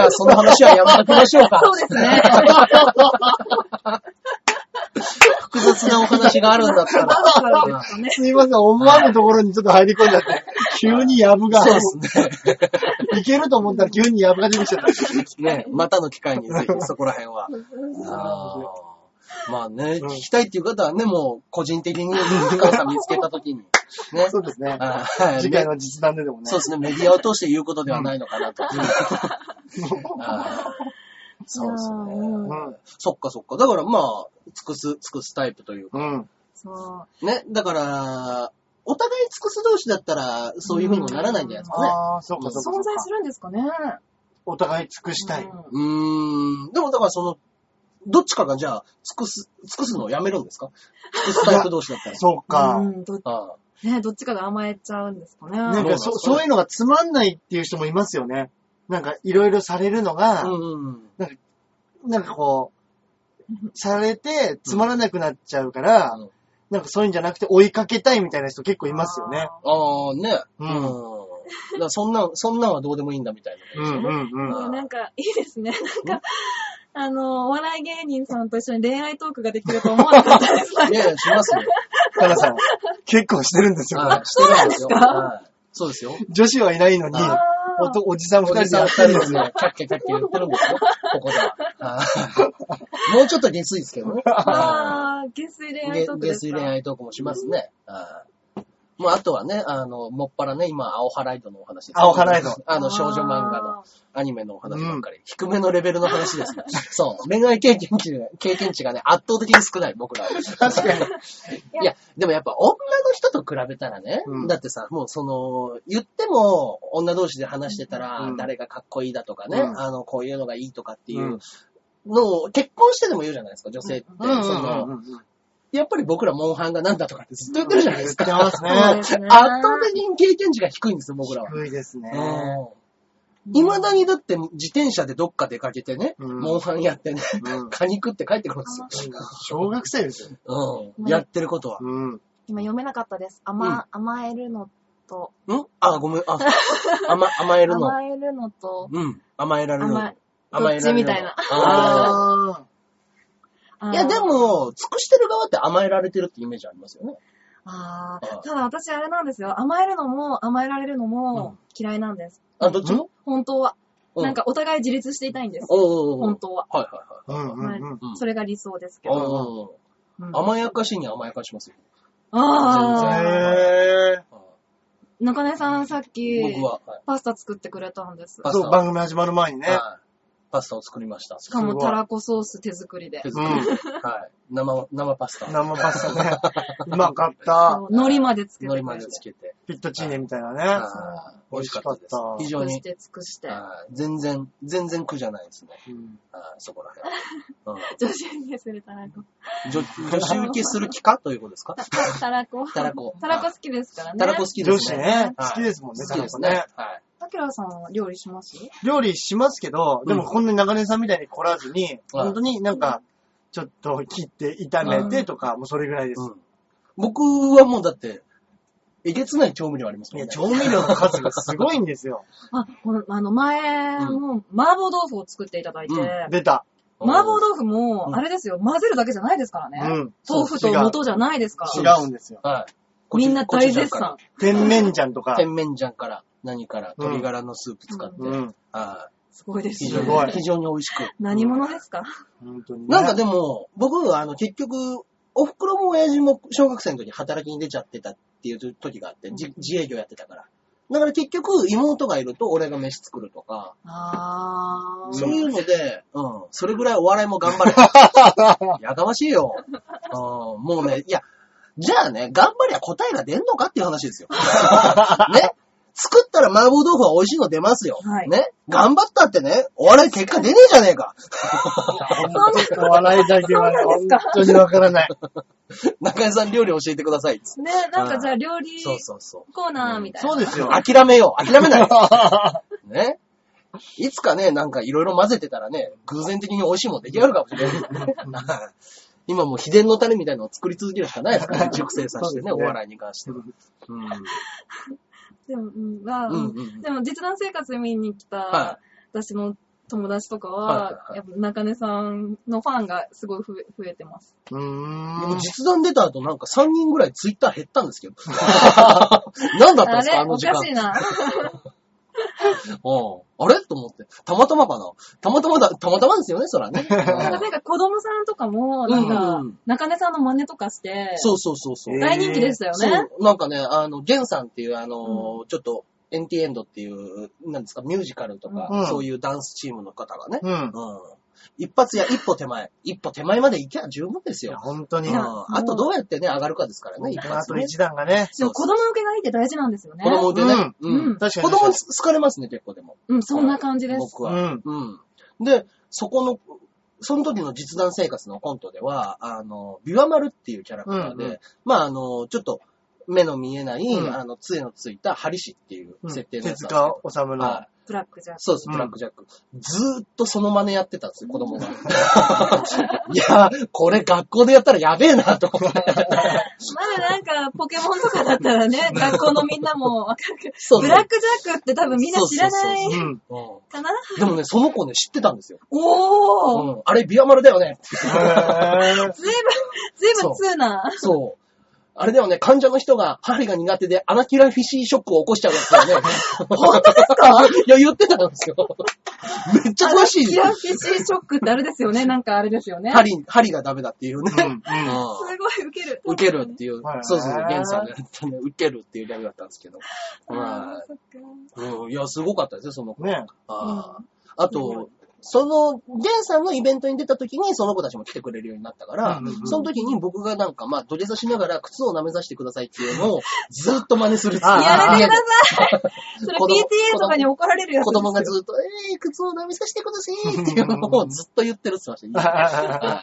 ゃあ、その話はやめときましょ うか。
そうですね。
複雑なお話があるんだったら。
そうです かね。
すいません、思わぬところにちょっと入り込んじゃ って、急にヤブが、
そうですね。
いけると思ったら急にヤブが出てきちゃった。
ね、またの機会にぜひ、そこら辺は。あーまあね、
うん
聞きたいっていう方はね、もう、個人的に、カナさん見つけたときに。ね。
そうですね。
あーはい
次回の実談ででもね。
そうですね、メディアを通して言うことではないのかなと。 あーそうですね。
うん
そっかそっか。だからまあ、尽くす、尽くすタイプというか。
うん。うん。
そう。
ね、だから、お互い尽くす同士だったら、そういう風にもならないんじゃないですかね。
ああ、そうかそうかそう
存在
か
す。るんですかね。
お互い尽くしたい。
うーん。でもだからその、どっちかがじゃあ、尽くす、尽くすのをやめるんですか尽くすタイプ同士だったら。
そうか。
うん、ど
ああ
ね、どっちかが甘えちゃうんですかね。
なんか
そ
そうう、そういうのがつまんないっていう人もいますよね。なんかいろいろされるのが、
うんうんうん。
なんかこう、されてつまらなくなっちゃうから、
うん
なんかそういうんじゃなくて追いかけたいみたいな人結構いますよね。
ああ、ね。
うん
だからそんなん、そんなんはどうでもいいんだみたいな。
うんうん
あ
う
ー。
ん。
もうなんか、いいですね。なんか、あの、お笑い芸人さんと一緒に恋愛トークができると思わなかったです。
いやいや、しますよ。
カナさん、 結構してるんですよ。
ああしてるんですよ。はいそうですよ。
女子はいないのに、
あ
おとおじさん
お
二
じ
人
さ
で
ん
や
二
ってるんです
人で
す
ね
よ。、
キャッキャキャッキャ言ってるんですよ、ここでは。あーもうちょっと下水ですけどね。あ
ああ、下水
ー
恋愛
げ
トーク
下
です
水
か。
恋愛トークもしますね。あーもうあとはね、あの、もっぱらね、今、青ハライドのお話です、
青ハライド
あの、少女漫画の
あ
アニメのお話ばっかり。低めのレベルの話ですね。そう。恋愛経験値が、経験値がね、圧倒的に少ない、僕らは。
確かに。
いや、でもやっぱ女の人と比べたらね、
うん
だってさ、もうその、言っても女同士で話してたら、
うん
誰がかっこいいだとかね、
うん
あの、こういうのがいいとかっていううんのを、結婚してでも言うじゃないですか、女性って。
うん
そ
うんう
の、
んうん
やっぱり僕らモンハンがなんだとかってずっと言ってるじゃないですか。
言ってますね
そう
もう
で
圧
すね
倒的に経験値が低いんですよ、僕らは。
低いですね。
いまだにだって自転車でどっか出かけてね、
うん
モンハンやってね、
うん
カニ食って帰ってくるんですよ。
小学生ですよ。
うん。やってることは。
うん。
今読めなかったです。甘、甘えるのと、
んあ、ごめん、あ、甘、甘えるの。
甘えるのと、
うん。甘えられるの
甘え、
甘えられるの
どっちみたい
あ
な
ー
あ
あー
いや、で。も、尽くしてる側って甘えられてるってイメージありますよね。
あ
あ
あ。ただ私あれなんですよ。甘えるのも甘えられるの
う
も嫌いなんです。
あ、どっちも
本当は。
う
なんかお互い自立していたいんです。
おうおうおう
本当は。
はいはい
うんうんうん。
うん
それが理想ですけ
はい。
ど。う
あ
ん
ー甘やかしに甘やかしますよ。
ああ。
へぇ
あ
中根さんさっき
ー、僕は、はい
パスタ作ってくれたんです。
パ
ー。
スタ
そう、番組始まる前にね。
はいパスタを作りました。
しか
す
も
ごい
たらこソース手作りで
手。
う
作り。
ん。
はい。生、生パスタ。
生パスタ ね。うまかっ
そ
た。
う海苔までつけ
海苔
てく
ま
れ
で
て。
つけて。
ピットチーネみたいな
あ
ね。
ー
そう
美味しかったです
美味しかっ。た
非常
尽くし
に。
て尽くして。
はい全然、全然苦じゃないですね。
うん
はいそこら辺。うん
女子にするたらこ。
女女子受けする気かということですか
たたらこ。
たらこ
たらこ好きですからね。
たらこ好きで
女
す
子
ね。
ね。
はい
好きですもんね、
好きです
タラ
ね
コ。
はい。
たけらさんは料理します
料理しますけど、でもこんなに長年さんみたいに凝らずに、本当になんか、ちょっと切って炒めてとか、もうそれぐらいです。
うん僕はもうだって、えげつない調味料あります
い
もん
や、
ね。
調味料の数がすごいんです よ。
あ、この、あの、前
う
も、麻婆豆腐を作っていただいて、
うん
出た。
麻婆
だ
豆腐
う
も、
ん
あれですよ、混ぜるだけじゃないですから
う
ね。
ん。
豆腐と元じゃないですか
違
ら。
うんですよ。
はい。
みんな大絶賛。。
甜麺醤とか。
甜麺醤から何から
うん
鶏ガラのスープ使って、
うん。
はい
すごいです
非
ね
常
すごい
に、非常に美味しく。
何者ですか
本当にね。
なんかでも、僕はあの結局、お袋も親父も小学生の時に働きに出ちゃってたっていう時があって、じ自営業やってたから。だから結局、妹がいると俺が飯作るとか、
あー。
そういうので、うん、それぐらいお笑いも頑張れ。 やかましいよ。うん、もうね、いや、じゃあね、頑張りゃ答えが出んのかっていう話 ですよ。ね作ったら麻婆豆腐は美味しいの出ますよ。
はい
ね頑張ったってね、お笑い結果出ねえじゃねえか。
お笑いだけはね、本当にわから ない。
中井さん料理教えてくだ さい。
ね、なんかじゃあ料理
そうそうそう。
コーナーみたいな。
そうですよ。
諦めよう。諦めないよ。ねいつかね、なんかいろいろ混ぜてたらね、偶然的に美味しいもん出来上がるかもしれない。 今もう秘伝のタレみたいなのを作り続けるしかないですから、ね、熟成させてね、
そうですね
お笑いに関しては。うん。
でも、うん、まあ、
うんうんうん
でも実弾生活見に来
は
た、私の友達とか
はいはいは
は、
い
やっぱ中根さんのファンがすごい増え増えてます。
う
で
ー
も
ん。
実弾出た後なんか3人ぐらいツイッター減ったんですけど。何だったん
あ
ですか、
れ
あ
お
の時間
かし。いな。
うんあれと思って。たまたまかな。たまたまだ、たまたまですよね、そらね。
なんか子供さんとかも、なん
う
か
ん、
中根さんの真似とかして、
そうそうそうそう。
大人気でしたよね。
そう、なんかね、あの、ゲンさんっていう、あの、ちょっと、エンティエンドっていう、なんですか、ミュージカルとか、
うん
そういうダンスチームの方がね、
うん。
うん。一発や一歩手前、一歩手前まで行きゃ十分です
いや、
よ。
本当
う
に。
ん。
あ
あとどうやってね、上がるかですからね、一発
と
ね。
一段がね。
でも子供受けがいいって大事なんですよね。
子供でね。
うん
うん。
確か
子
に。
供に好かれますね、結構でも。
うん、そんな感じです。
僕
う
は。
ん。
うん。で、そこの、その時の実弾生活のコントでは、あの、ビワ丸っていうキャラクターで、
うんうん
まあ、あの、ちょっと目の見えない、
うん
あの、杖のついた針師っていう
うん
設定のや
手
つなん
塚
です
治虫
けど。
の
はい。
ブラックじゃ。
そうです、
うん
ブラックジャック。ずーっとその真似やってたんで すよ、子供が。いやー、これ学校でやったらやべえな、と 思って。
まだなんか、ポケモンとかだったらね、学校のみんなもわかるけど
そうそう
ブラックジャックって多分みんな知ら
そうそ
な
う
い
そう
うん。
うん
かな
でもね、その子ね、知ってたんですよ。
おー
うん、あれ、ビワ丸だよね。
へー
ずいぶん、ずいぶん通な。
そう。あれだよね、患者の人が針が苦手でアナキラフィシーショックを起こしちゃうやつだよね。 本当ですかいや、言ってたんですよ。めっちゃ詳しい
キラフィシーショックってあれですよね。なんかあれですよね。
針、針がダメだっていうね。
うん。
うん
うん
すごいウケる。
受けるっていう
は、い
そうそうそう、ゲンさんがやったね、受けるっていうギャグだったんですけど。
あ
は
ーそっ
い
か
うん、いや、すごかったですね、その子。
ね
あーあ
う
と、その、ゲンさんのイベントに出た時に、その子たちも来てくれるようになったから、
うんうんうん
その時に僕がなんか、まあ、土下座しながら靴を舐めさせてくださいっていう のを、ずーっと真似するっていう
あー
やめて
家
く
で
ださ い。それ
子供
PTA とかに怒られるやつで
子
すよ。
供がずっと、えー、靴を舐めさせてくださいっていうのをずっと言ってるって言ってました。 はい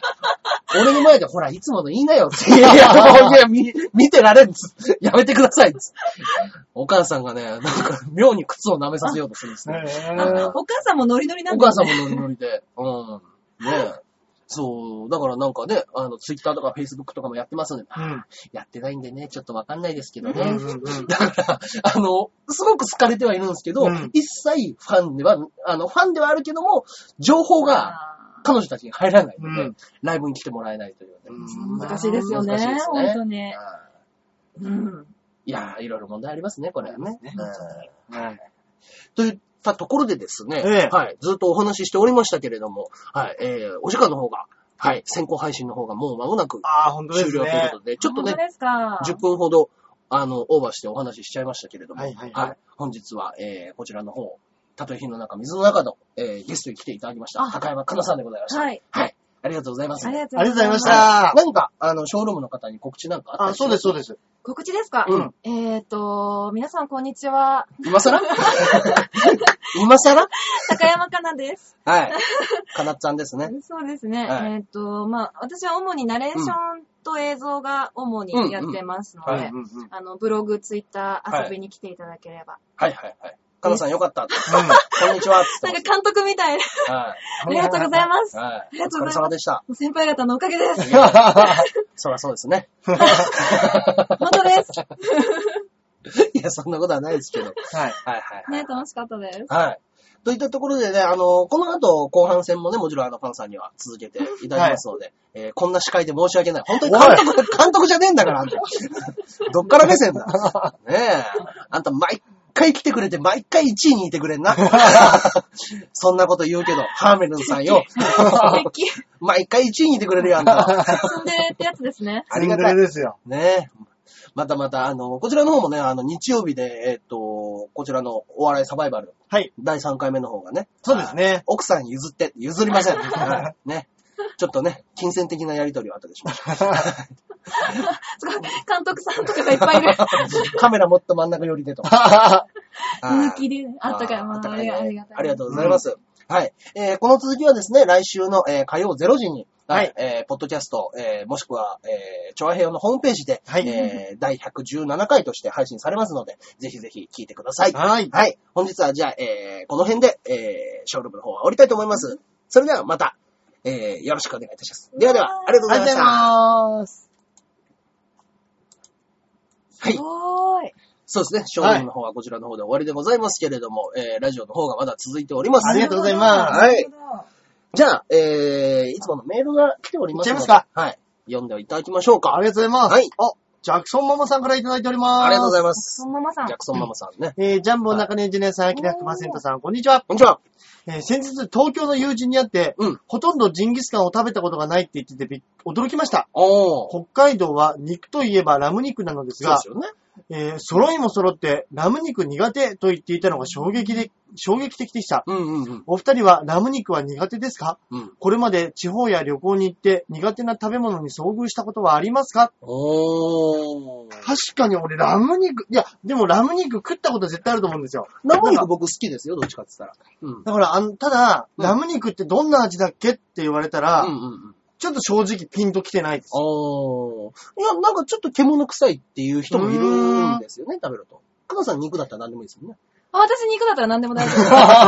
俺の前で、ほら、いつもの言いなよって。いや、いや 見見てられんっつってやめてくださいっつってお母さんがね、なんか、妙に靴を舐めさせようとするんですね。
あお母さんもノリノリなん
お
で
母
す
さんも
ね。
ノリノリで。うん。ねえそう、だからなんかね、あの、ツイッターとかフェイスブックとかもやってますんで、
うん
やってないんでね、ちょっとわかんないですけど
う
ね
ん。うんうん
だから、あの、すごく好かれてはいるんですけど、
うん
一切ファンでは、あの、ファンではあるけども、情報が
あ
彼女たちに入らないので、
うん
ライブに来てもらえないというね。
うん
難しいですよね。
難しいですね
本当に。
あー
うん。
いやー、いろいろ問題ありますね、これはね。
あり
うん
はい。
といったところでですね、
ええ
はい、ずっとお話ししておりましたけれども、はい、えー、お時間の方が、はい、先行配信の方がもう間もなく
ああ、本当で
終
す
了という
ね
こ。とで、ちょっとね
本当、ですか。
10分ほど、あの、オーバーしてお話ししちゃいましたけれども、
はいはいはい
本日は、えー、こちらの方、たとえ火の中、水の中の、えー、ゲストに来ていただきました、
あ
高山かなさんでございました。
はい。
はい、ありがとうございます。
ありがとう
ありがとうございまし
す
た。
何か、あの、ショールームの方に告知なんかあった
あ、
りし
そう
ま
です、そうです。
告知ですか、
うん
えっ、ー、と、皆さんこんに ちは。
今更今更
高山かなです。
はい。かなっちゃんですね。
そうですね。
はい
えっ、ー、と、まあ、私は主にナレーションと映像が主にやってますので、
う
うんうん
んうん
あの、ブログ、ツイッター遊びに来ていただければ。
はいはいはい。かなさんよかったって。こんにちはっつって
なんか監督みたい。
はい。
ありがとうございます。
はい。
りがとうござい
お疲れ
ます
様で した。
先輩方のおか げです。
そりゃそうですね。
本当です。
いや、そんなことはないですけど。はい
はい。
はいは
ね
い、。
楽しかったです。
はい。といったところでね、あの、この後、後半戦もね、もちろんあの、パンさんには続けていただきますので、えーこんな司会で申し訳ない。本当に監督、監督じゃねえんだから、あんた。どっから目 線だ。ねえ。あんた、毎回来てくれて、毎回1位にいてくれん な。そんなこと言うけど、ハーメルンさん よ。
素敵。
毎回1位にいてくれるよ、あんた。
ツンデレってやつですね。
ありが
ツ
た
ン
い
デ。レですよ。
ねえ。またまた、あの、こちらの方もね、あの、日曜日で、えっ、と、こちらのお笑いサバイバル、
はい。
第3回目の方がね。
そうです
はい。
ね。
奥さん譲って、譲りませ ん。はいね。ちょっとね、金銭的なやりとりは後でしましょ
すごい、監督さんとかがいっぱいいる。
う。カメラもっと真ん中 寄りでと。
抜きで、あったかい、
あ
ま
ーあ
あ
った
あ
かい
り
ね
がありがたい。
ありがとうございます。はい。えーこの続きはですね、来週の、えー火曜0時に、は
はいい。
えーポッドキャスト、えーもしくは、えー、チョアヘヨのホームページで、
はい
えー第117回として配信されますので、ぜひぜひ聞いてください。
はい。
はい。本日はじゃあ、えー、この辺で、えー、ショールームの方は降りたいと思います。それではまた、えー、よろしくお願いいたします。ではでは、ありがとうございました。
ます。
はい
すごーい。
そうですね。ショールームの方はこちらの方で終わりでございますけれども、えー、ラジオの方がまだ続いております。
ありがとうございます
はい
なるほど。
じゃあ、えー、いつものメールが来ておりますので。
いっちゃいます
かはい。読んでいただきましょうか。
あ
あ
りがとうございます。
はい
あ、ジャクソンママさんからいただいております。
りがとうございま
そ
す。
のままさん
ジャ。クソンママさんね。
えー、ジャンボ中根エンジュニアさん、アキラ100%さん、こんにちは。
こんにちは。
えー、先日東京の友人に会って、
うん
ほとんどジンギスカンを食べたことがないって言っててびっ驚きました。
おー。
北海道は肉といえばラム肉なのです
そうで
が
す、よね。
えー、揃いも揃ってラム肉苦手と言っていたのが衝撃で、衝撃的でした。
うんうんうん。
お二人はラム肉は苦手ですか
うん。
これまで地方や旅行に行って苦手な食べ物に遭遇したことはありますか
おー。
確かに俺ラム肉、いや、でもラム肉食ったこと絶対あると思うんですよ。
ラム
な
肉
んか
僕好きですよ、どっちかって言ったら。うん。
だから、あの、ただ、
うん
ラム肉ってどんな味だっけって言われたら、
うんうんうん。
ちょっと正直ピンときてないです。
おー。いや、なんかちょっと獣臭いっていう人もいるんですよね、食べると。クマさん肉だったら何でもいいです もんね。
あ、私肉だったら何でも大丈夫です。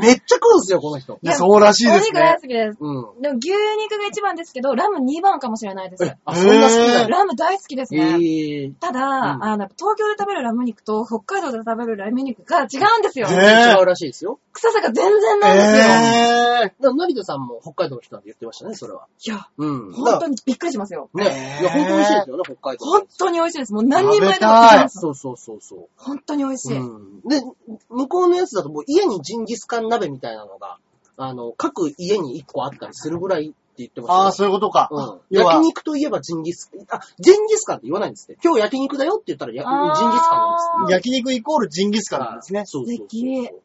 めっちゃ食うんですよ、この人。
いや、そうらしい
お
です
肉大
ね
好。きです。
うん。
でも牛肉が一番ですけど、ラム2番かもしれないです
え。、あ、そんな好き
え
なんだ。
ラム大好きです
え
ね。
ー。
ただ、
ん
あの、東京で食べるラム肉と北海道で食べるラム肉が違うんですよ。
えー
違うらしいですよ。
臭さが全然ないんですよ。
え
だから成田さんも北海道の人なんて言ってましたね、それは。
いや、
うん。
本当にびっくりしますよ。
だからね、いや、
へー
本当美味しいですよね、北海道。
本当に美味しいです。もう何人前でも食べてます。
そうそうそうそ
本当に美味し
う。
い。
うん。で、向こうのやつだともう家にジンギスカン鍋みたいなのが、あの、各家に1個あったりするぐらいって言ってました、
ああ、そういうことか。
うん。
要は
焼肉といえばジンギスカン。あ、ジンギスカンって言わないんですね。今日焼肉だよって言ったらや
あー
ジンギスカンなんですね。
焼肉イコールジンギスカンなんですね。
そうそうそう
素敵
そう。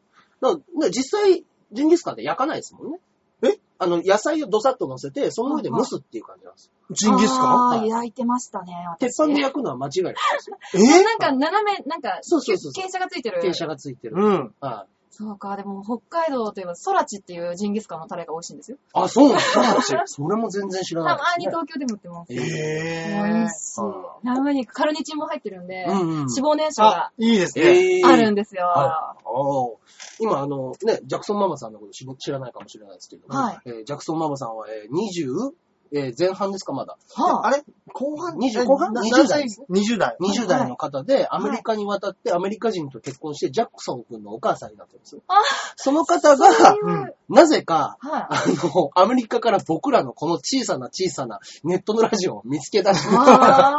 だから実際、ジンギスカンって焼かないですもんね。
え
あの、野菜をドサッと乗せて、その上で蒸すっていう感じなんですよ。
ジンギスカン
あー焼いてましたね、私。
鉄板で焼くのは間違いないですよ。
え
なんか斜め、なんか、
そうそうそうそう
傾斜がついてる。
傾斜がついてる。
うん。
はい
そうか、でも北海道といえば、ソラチっていうジンギスカンのタレが美味しいんですよ。
あ、そうなんだ。それも全然知ら
た
ない
まに
ですね。
東京でも売ってます。
え
美
え
味しい。ラム肉、カルニチンも入ってるんで、
うんうん
脂肪燃焼
あ
が、
いいですね。
えー
あるんですよ。
はい。おー今、あの、ね、ジャクソンママさんのこと知知らないかもしれないですけども、
はい
えージャクソンママさんは、えー、20えー前半ですか、まだ。
はあ、
あれ後半
20後半
な
?20 代
何
です
20代。
20代の方で、アメリカに渡って、アメリカ人と結婚して、ジャクソン君のお母さんになってるんですよ。その方が、
うん
なぜか、
はい。
あの、アメリカから僕らのこの小さな小さなネットのラジオを見つけ出して、
あ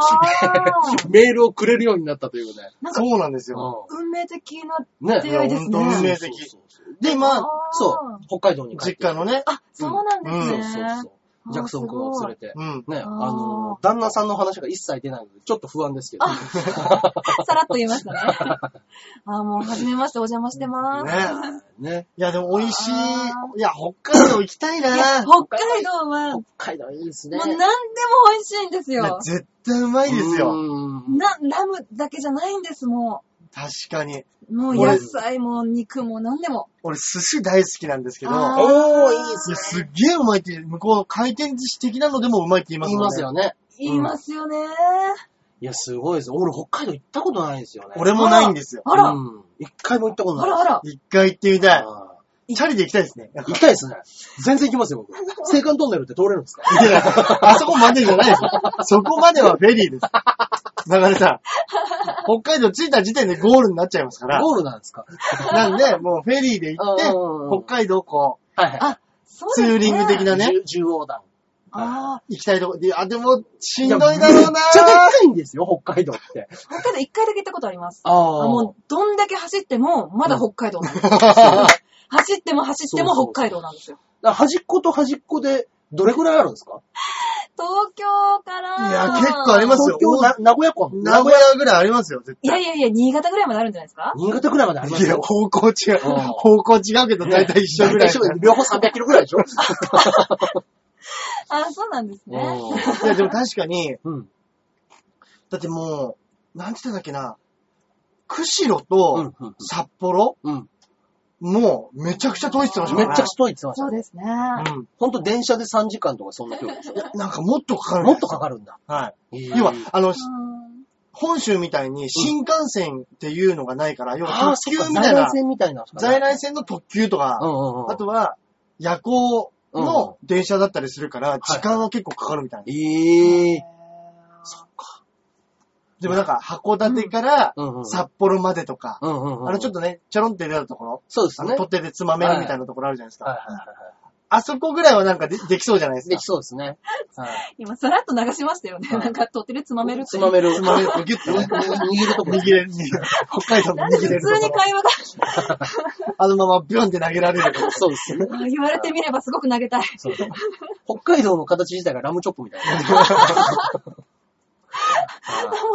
ー
メールをくれるようになったというね。
なんか、
そうなんですよ。
う
運命的な、
んね。
出会いですね
うん
運命的
そうそうそうで、まあ
あー、
そう、北海道に帰って
実家のね。
あ、そうなんです
そう
ね。
そうそう。ジャクソン君を連れて。
うん。
ね、
あー
あの、旦那さんの話が一切出ないので、ちょっと不安ですけど。
さらっと言いま したね。あーもう、はじめまして、お邪魔してます。
ね。
ね。
いや、でも美味しい
あ。
いや、北海道行きたい
いや
な。
北海道は、もう
北海道いいですね。
何でも美味しいんです
いや
よ。
絶対うまいですよ。
うん
な、ラムだけじゃないんです、も
確かに。
う。もう
俺
野菜も肉も何でも。
俺、寿司大好きなんですけど、
あ
い
おー、いいです
やす
ね。
っげえうまいって、向こうの回転寿司的なのでもうまいって言います
言い
もんね。
ますよね。
言いますよね。
いや、すごいです。俺、北海道行ったことないんですよね。
俺もないんですよ。
あら、
うん一回も行ったことない。
あらあら。
一回行ってみたい。
あ
チャリで行きたいですね。
ー行きたいですね。全然行きますよ、僕。青函トンネルって通れるんですか
いやあそこまでじゃないです。そこまではフェリーです。中根さん、北海道着いた時点でゴールになっちゃいますから、
ゴールなんですか
なんで、もうフェリーで行って
うんうんうん、
北海道こう、
はいは
あそうですね
ツーリング的な
ね
ね。
縦横断。
ああ、
行きたいとこ、であ、でも、しんどいだろうな
めっちゃでっかいんですよ、北海道って。
北海道一回だけ行ったことあります。
ああ
あもう、どんだけ走っても、まだ北海道なんですよ。走っても走っても北海道なんですよ。
端っこと端っこで、どれくらいあるんですか
東京から。
いや結構ありますよ
東京、な名古屋港。
名古屋ぐらいありますよ、絶
いやいやいや、新潟ぐらいまであるんじゃないですか
新潟くらいまでありま
対。い
す
や、
よ。
方向違う。
うん
方向違うけど、大体一緒ぐらい。
大体一緒両方300キロぐらいで しょ
あ、そうなんですね。
いや、でも確かに、
うん。
だってもう、なんて言ったんだっけな、釧路
うん
と
うん
札幌、
うん。
もう、めちゃくちゃ遠いって言ってました
め
も
っ
んね。
ちゃ太いって言ってました
そう
ね。
ですね。
うん。
ほんと電車で3時間とかそんな距離でしょ
なんかもっとかかる。
もっとかかるんだ。
はい。
要
要は、あの、
うん
本州みたいに新幹線っていうのがないから、要
あ
は
あ、そっ
特
か
急みた
在
いな
来、線みたいな。
在来線の特急と
う
か、
んうんうん。
あとは夜行の電車だったりするから、時間は結構かかるみたいな。
ええ
でもなんか函館から
うんうん
札幌までとか、
うんうんうん。
あのちょっとね、ちょろんって出たところ、
そうです
あ
ね。
の、取っ手でつまめるみたいなところあるじゃないです
はい
か。
はいはいは
あそこぐらいはなんかでできそうじゃないで
い。
す
で
か
き。そうですね。はい。
今、さらっと流しましたよね。なんか、取っ手でつまめるっ
つ
て
まめる。
つま めるとギュッとね
握るとこ
握れる、握れる。北海道の
なん
握
で
れ
普
るとこ
通に会話が、
あのままビュンって投げられ る。
そうですね。
あ言われてみればすごく投げたい。
そうですね北海道の形自体がラムチョップみたいな。はい
も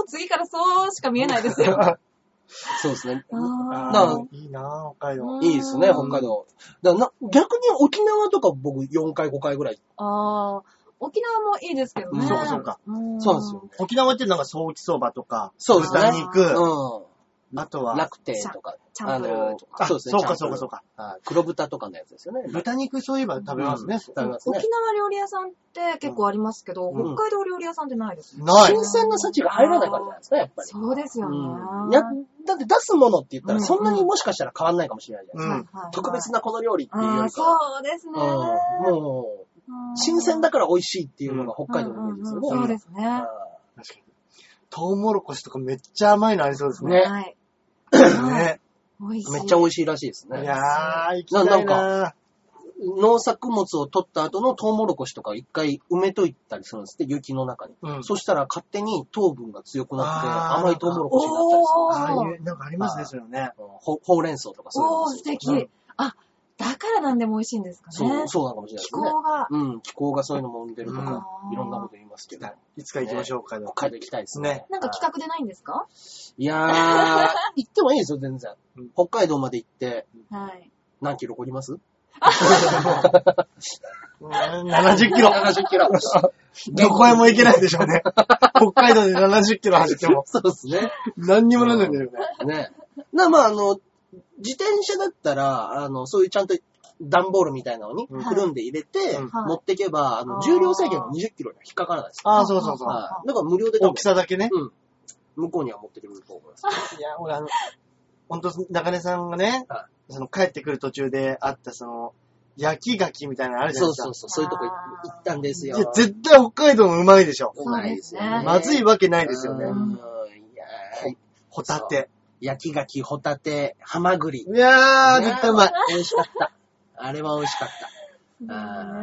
う次からそうしか見えないですよ。
そうですね。
あ
な
ー
ん
いいなぁ、北海道。
いいですね、
う
北
ん
海道。だからな逆に沖縄とか僕4回5回ぐらい。
あー沖縄もいいですけど
う
ね。
んそうか
そうか
ん
そうなんですよね。
沖縄ってなんかソーキそばとか、
そうですね
豚肉、
う
あと
ん。
は、
楽天とか。
チャンプルーとか。
あ
そうです
そ
ね。
うか
チャンプルー
そうか
はい黒豚とかのやつですよね。
豚肉そういえば食べます
う
ね
ん。食べますね
沖。縄料理屋さんって結構ありますけど、
うん
北海道料理屋さんってないですね。
ない。
新鮮な幸が入らないからじゃないですか、やっぱり。
そうですよね。
うんやだって出すものって言ったら、そんなにもしかしたら変わんないかもしれないじゃな
うん
いです
はいはいは
か。
い
特別なこの料理っていうよ
あー
りか
そ
は。
うですね。
うんもう、新鮮だから美味しいっていうのが北海道の料理ですよね。
うんうんうんそうですね。は
う
確かに。トウモロコシとかめっちゃ甘いのありそうですね。
ね
い。
ね。
美味しい。
んめっちゃ美味しいらしいです
い
ね。
やー、行きたい
な
な
農作物を取った後のトウモロコシとか一回埋めといたりするんですって、雪の中に。
うん
そしたら勝手に糖分が強くなって、
あー
甘いトウモロコシになったりする。
お
ああ
ー
いう、なんかありますね、そういうのね。
ほほうれん草とかそう
おー
いうの
素
です
敵、あ、だからなんでも美味しいんですかね。
そう、そうなのかもしれないで
気
すね。
候が。
うん、気候がそういうのも生んでるとか、
うん
いろんなこと言いますけど。
いつか行きましょう、北海
北
道。
海道行きたいですね。
ね
なんか企画でないんですか
いやー、行ってもいいですよ、全然
うん。
北海道まで行って、
はい。
何キロこります
うん70キロ。
?70 キロ。
どこへも行けないでしょうね。北海道で70キロ走って も、
そうですね。
何にもなんないんだよね。
ね。な、まあ、あの、自転車だったら、あの、そういうちゃんと段ボールみたいなのに
うん
くるんで入れて、
うん
持ってけば、あの、
あー
重量制限が20キロには引っかからないです。
ああ、そうそうそう。
はい。だから無料で多
大
分
き、さだけね。
うん。向こうには持ってくれると思います。
いや、俺あの、ほんと、中根さんがね
は、
その帰ってくる途中であったその、焼きガキみたいなのあるじゃな
そ
いうですか。
そうそう、そういうとこ行ったんですよ。
いや、絶対北海道もうまいでしょ。
うまいですよ
そうです
ね。
ね
まずいわけないですよ
う
ね。
ん。いやー
ホタテ。
焼きガキ、ホタテ、ハマグリ。
いやー、絶対うまい。
美味しかった。あれは美味しかった。あー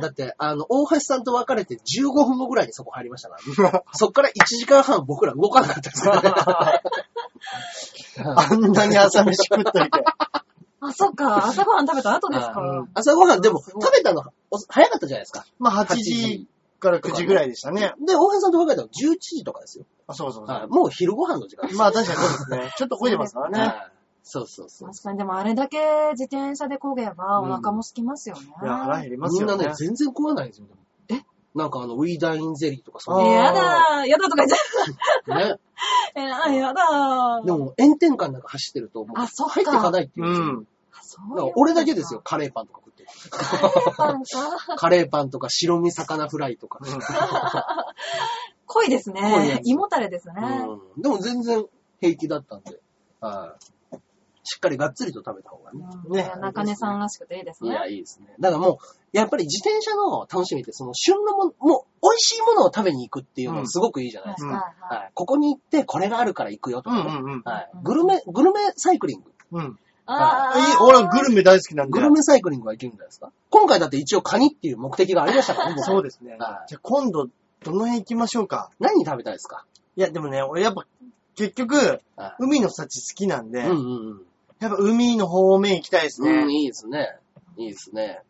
だ
ね
って、あの、大橋さんと別れて15分後ぐらいにそこ入り ましたから。そっから1時間半僕ら動かなかったですから。
あんなに朝飯食っといて。
あ、そっか。朝ごはん食べた後です
う
か
ん。朝ごはんでも食べたのお早かったじゃないですか。
まあ、8時から9時ぐらいでしたね。
で、大橋さんと別れたの11時とかですよ。
あ、そうそうそ。
はいうもう昼ご飯の時間ですよ。
まあ、確かにそうですね。ちょっとこいでますからね。
はいそうそうそう。
確かに、でもあれだけ自転車で漕げばお腹も空きますよね。
いや、腹減ります
みんな
よね
ね、。全然食わないんですよ。えなんかあの、ウィーダインゼリーとかそ
あー
う
えやだー、やだとか言っちゃ
いうね。
う。えー、やだー。
でも、炎天下の中走ってると、もう
あ、そっ
入ってか
か。
ないっていうう。
ん。
あそ
だ
う
か
い
ら
う
俺だけですよ、。カレーパンとか食ってる。
パンか。
カレーパンとか白身魚フライとか。
濃いです
濃いや
ね
つ。
胃もたれですね。
うんでも全然平気だったんで、はいしっかりがっつりと食べた方がね。
うん
ね
中根さんらしくていいです
い
ね。
や、いいですね。だからもう、やっぱり自転車の楽しみって、その旬のもの、もう美味しいものを食べに行くっていうの
う
が
ん
すごくいいじゃない
は
です
い
か。
はいはい
はい、ここに行ってこれがあるから行くよと
うんう
かね、
んうん。
はい、グルメ、グルメサイクリング。
うん。
あ
いい
ー
俺はグルメ大好きなん
グ
で
ル。メサイクリングはいけるんじゃないですか今回だって一応カニっていう目的がありましたからね、僕
そうですね。
はい
じゃあ今度、どの辺行きましょうか。
何食べたいですか
いや、でもね、俺やっぱ、結局、
は
海の幸好きなんで、
い。うんうんうん。
やっぱ海の方面行きたいですね。
うん、いいですね。いいですね。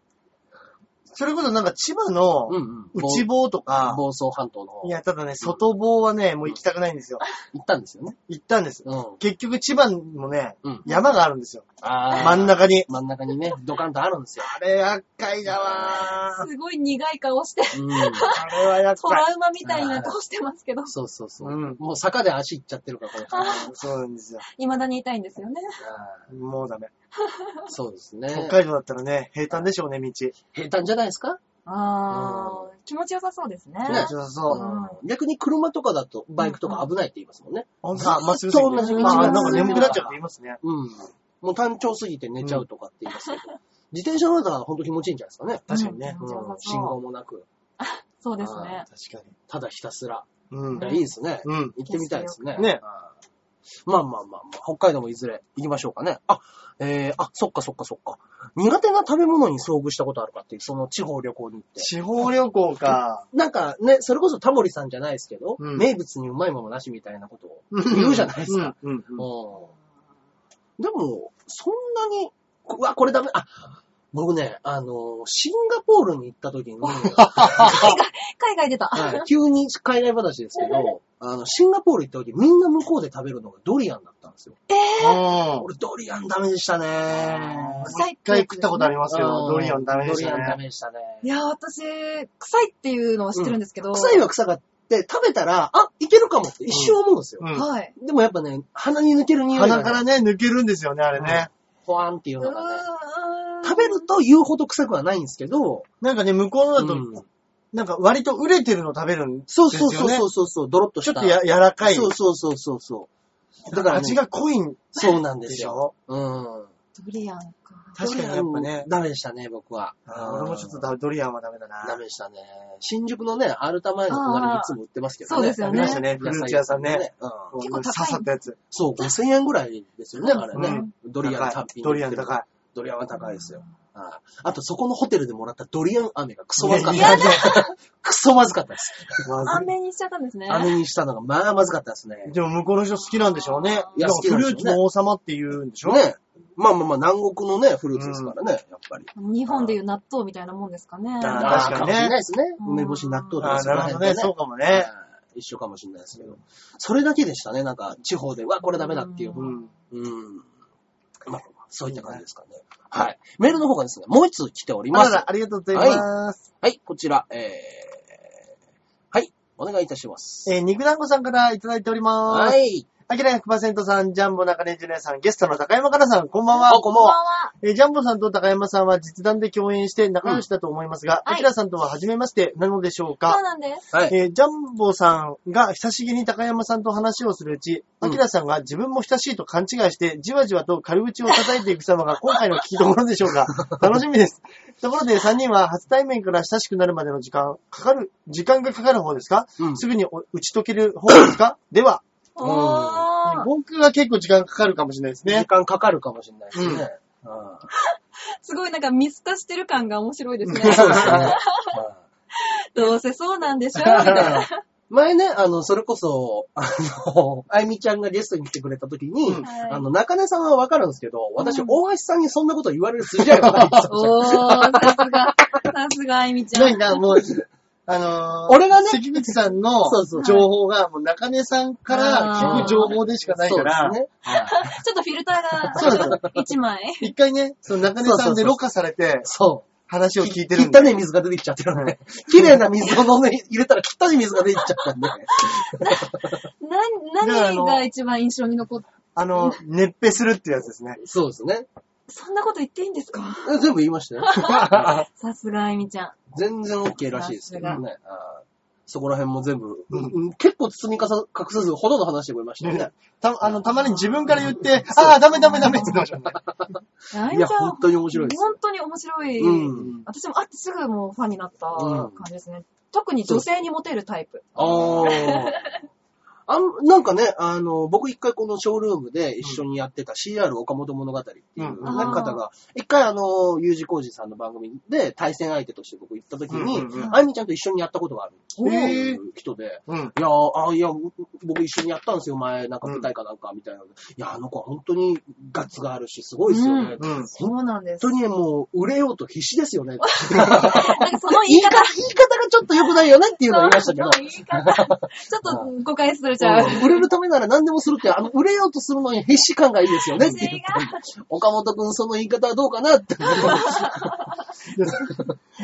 それこそなんか千葉の
うんうん。
内房とか、
房総半島の方
いや、ただね、外房はね、もう行きたくないんですよ。
行ったんですよね。
行ったんです。
うん。
結局千葉にもね、
うん。
山があるんですよ。
あー
真ん。中に。
真ん中にね、ドカンとあるんですよ。
あれ、厄介だわー。
すごい苦い顔して、
うん。
あれは厄
ト
介。
ラウマみたいな顔してますけど、
そうそうそ
う
う。
ん
もう坂で足行っちゃってるから、この人。あ
そうなんですよ。
未だに痛いんですよね。
もうダメ。
ーそうです
北
ね。
海道だったらね、平坦でしょうね、道。
平坦じゃないですか
あー、気持ちよさそうですね。
ね
そうそう。
うん逆に車とかだと、バイクとか危ないって言いますもんね。
ほんとあ、まっすぐすぎて。
ずっと同じ
道
あ、なんか眠くなっちゃうって言いますね。
うん。もう単調すぎて寝ちゃうとかって言いますけど。自転車の方はほんと気持ちいいんじゃないですかね。
確かにね。
うん気持ちよさそう
信号もなく、
そうですね。
確かに。
ただひたすら。
うん
いやいいですね。
うん。
行ってみたいですね。
ね
うん。まあまあまあまあ、北海道もいずれ行きましょうかね。あ、えー、あ、そっかそっかそっか。苦手な食べ物に遭遇したことあるかっていう、その地方旅行に行って。
地方旅行か。
なんかね、それこそタモリさんじゃないですけど、
うん
名物にうまいものなしみたいなことを言うじゃないですか。
うん。うんうん
うんでも、そんなに、うわ、これダメ、あ、僕ね、あの、シンガポールに行った 時に、
海外出た。
はい急に海外話ですけど、あの、シンガポール行った時、みんな向こうで食べるのがドリアンだったんですよ。
うん
俺、ドリアンダメでしたね。
臭い
一回食ったことありますけど、
うん
ドリアンダメでし
ド
た
リアン
ね。
ダメでしたね。
いやー、私、臭いっていうのは知ってるんですけど。
臭いは臭かって、食べたら、あ、いけるかもって一瞬思うんですよ。
うん
はい。
でもやっぱね、鼻に抜ける匂いが、
鼻からね、抜けるんですよね、あれね。
ほわんっていう
うー
のがね。
ん
食べると言うほど臭くはないんですけど、
なんかね、向こうだ
うん
と、なんか割と売れてるの食べるんです
そ
よ
う
ね。
そうそうそうそうそう、ドロッと
ち
し。
ょったとや柔らかい。
そうそうそうそうそう。だから、ね、
味が濃いん
そうなんで
ですし
よ。
ょ
うん。
ドリアンか。
確かにやっぱね。
ダメでしたね、僕は。
あー俺もちょっとダドリアンはダメだな。
ダメでしたね。新宿のね、アルタ前の隣にいつも売ってますけどね。
あーそうですよね
ありましたねフルーツ屋さんね
野菜屋さんねうん
こう
結構高い
刺さったやつ。
そう、5000円ぐらいですよね、あれね。ド
ド
リアン単品。
ドリアン高い。
ドリアンは高いですよ。あーあと、そこのホテルでもらったドリアン飴がクソまずかっ
い
た
や
です。 クソまずかったです。
まずい
飴にしちゃったんですね。
飴にしたのが、まあまずかったですね。
でも向こうの人好きなんでしょうね。
いや好きな
フル
んでしょうね
ーツの王様って言うんでしょ
ね。まあまあまあ、南国のね、フルーツですからね、やっぱり。
日本でいう納豆みたいなもんですかね。
あー
あー
確かにね
もしれないですね。
うん
梅干し、納豆と
あ
か
あ、
そこ
なるほ
ら
ど
辺
ね。
で
そう
ね。
かもね。
うん一緒かもしれないですけど。それだけでしたね、なんか、地方で、うわ、これダメだっていう。
う
うん。
ん。
まあ、そういった感じですかね。はい。メールの方がですね、もう一つ来ており
あ
ま
ら
す
ら、。ありがとうございます。
はい、こちら、えー、はい、お願いいたします。
えー、肉団子さんからいただいております。
はい。
アキラ100%さん、ジャンボ中根ジュネさん、ゲストの高山かなさん、こんばん
あ、
は。
こんばん
こんば
は。
えージャンボさんと高山さんは実弾で共演して仲良しだと思いますが、
うんはい
アキラさんとは初めましてなのでしょうん
は。
か
そうなんです。
はい。
えージャンボさんが久しぶりに高山さんと話をするうち、
う
ア
ん
キラさんが自分も親しいと勘違いして、じわじわと軽口を叩いていく様が今回の聞きどころでしょ うか。楽しみです。ところで3人は初対面から親しくなるまでの時間、かかる、時間がかかる方ですか、
うん
すぐにお打ち解ける方です かでは、
おー。
僕は結構時間かかるかもしれないです
時
ね。
間かかるかもしれないですね。うん
すごいなんか見透かしてる感が面白いですね。
そうですね。
どうせそうなんでしょみ
う
たいな。
ん前ね、あの、それこそ、あの、あゆみちゃんがゲストに来てくれた時に、
うん
はい
あの、中根さんはわかるんですけど、私、
うん
大橋さんにそんなこと言われる筋合いはないっ て言ってました
おー、さすが。さすが、あゆみちゃ
なん
ん。
かもう、あのー
俺がね
関口さんの
そうそう
情報が、もう中根さんから聞く情報でしかない
そ
か
うです
ら、
ね。
ちょっとフィルタ
そう
ーが、一枚。
一回ね、その中根さんでろ過されて、
そ
話
う。
を聞いてるんで。
汚い水が出てきちゃってるんで。 綺麗な水を飲んで入れたら汚い水が出てきちゃったんで。
な、何が一番印象に残っ
あの、熱ぺするってやつですね。
そうですね。
そんなこと言っていいんですか
え全部言いましたよ。
さすが、あゆみちゃん。
全然 OK らしいですけどね。あーそこら辺も全部、うん結構包みかさ隠さずほとんど話してくれましたよね。
た、あの、たまに自分から言って、ああ、ダメダメダメって言ってましたね。
あゆ
いや、
みちゃん
本、当に面白いですよ。
本当に面白い。
うん
私も会ってすぐもうファンになった
うん
感じですね。特に女性にモテるタイプ。
あーあん。なんかね、あの、僕一回このショールームで一緒にやってた CR 岡本物語ってい
う
う、
ん
なんか方が、一回あの、U 字工事さんの番組で対戦相手として僕行った時に、
うんうん
うん
あゆみちゃんと一緒にやったことがあるってい
へー
う人で、
うん。
いやー、あいや、僕一緒にやったんですよ、前、なんか舞台かなんかみたいなので、いや、あの子は本当にガッツがあるし、すごいですよね。
う
うん。
そうなんです。
本当にもう、売れようと必死ですよ ね。
なんかその言
言
い
い方、
方
言い方がちょっと良くないよねっていうのは言いましたけど。
そう言い方ちょっと誤解する
う
じゃう。
ん売れるためなら何でもするって、あの、売れようとするのに必死感がいいですよねって言って岡本くん、その言い方はどうかなって。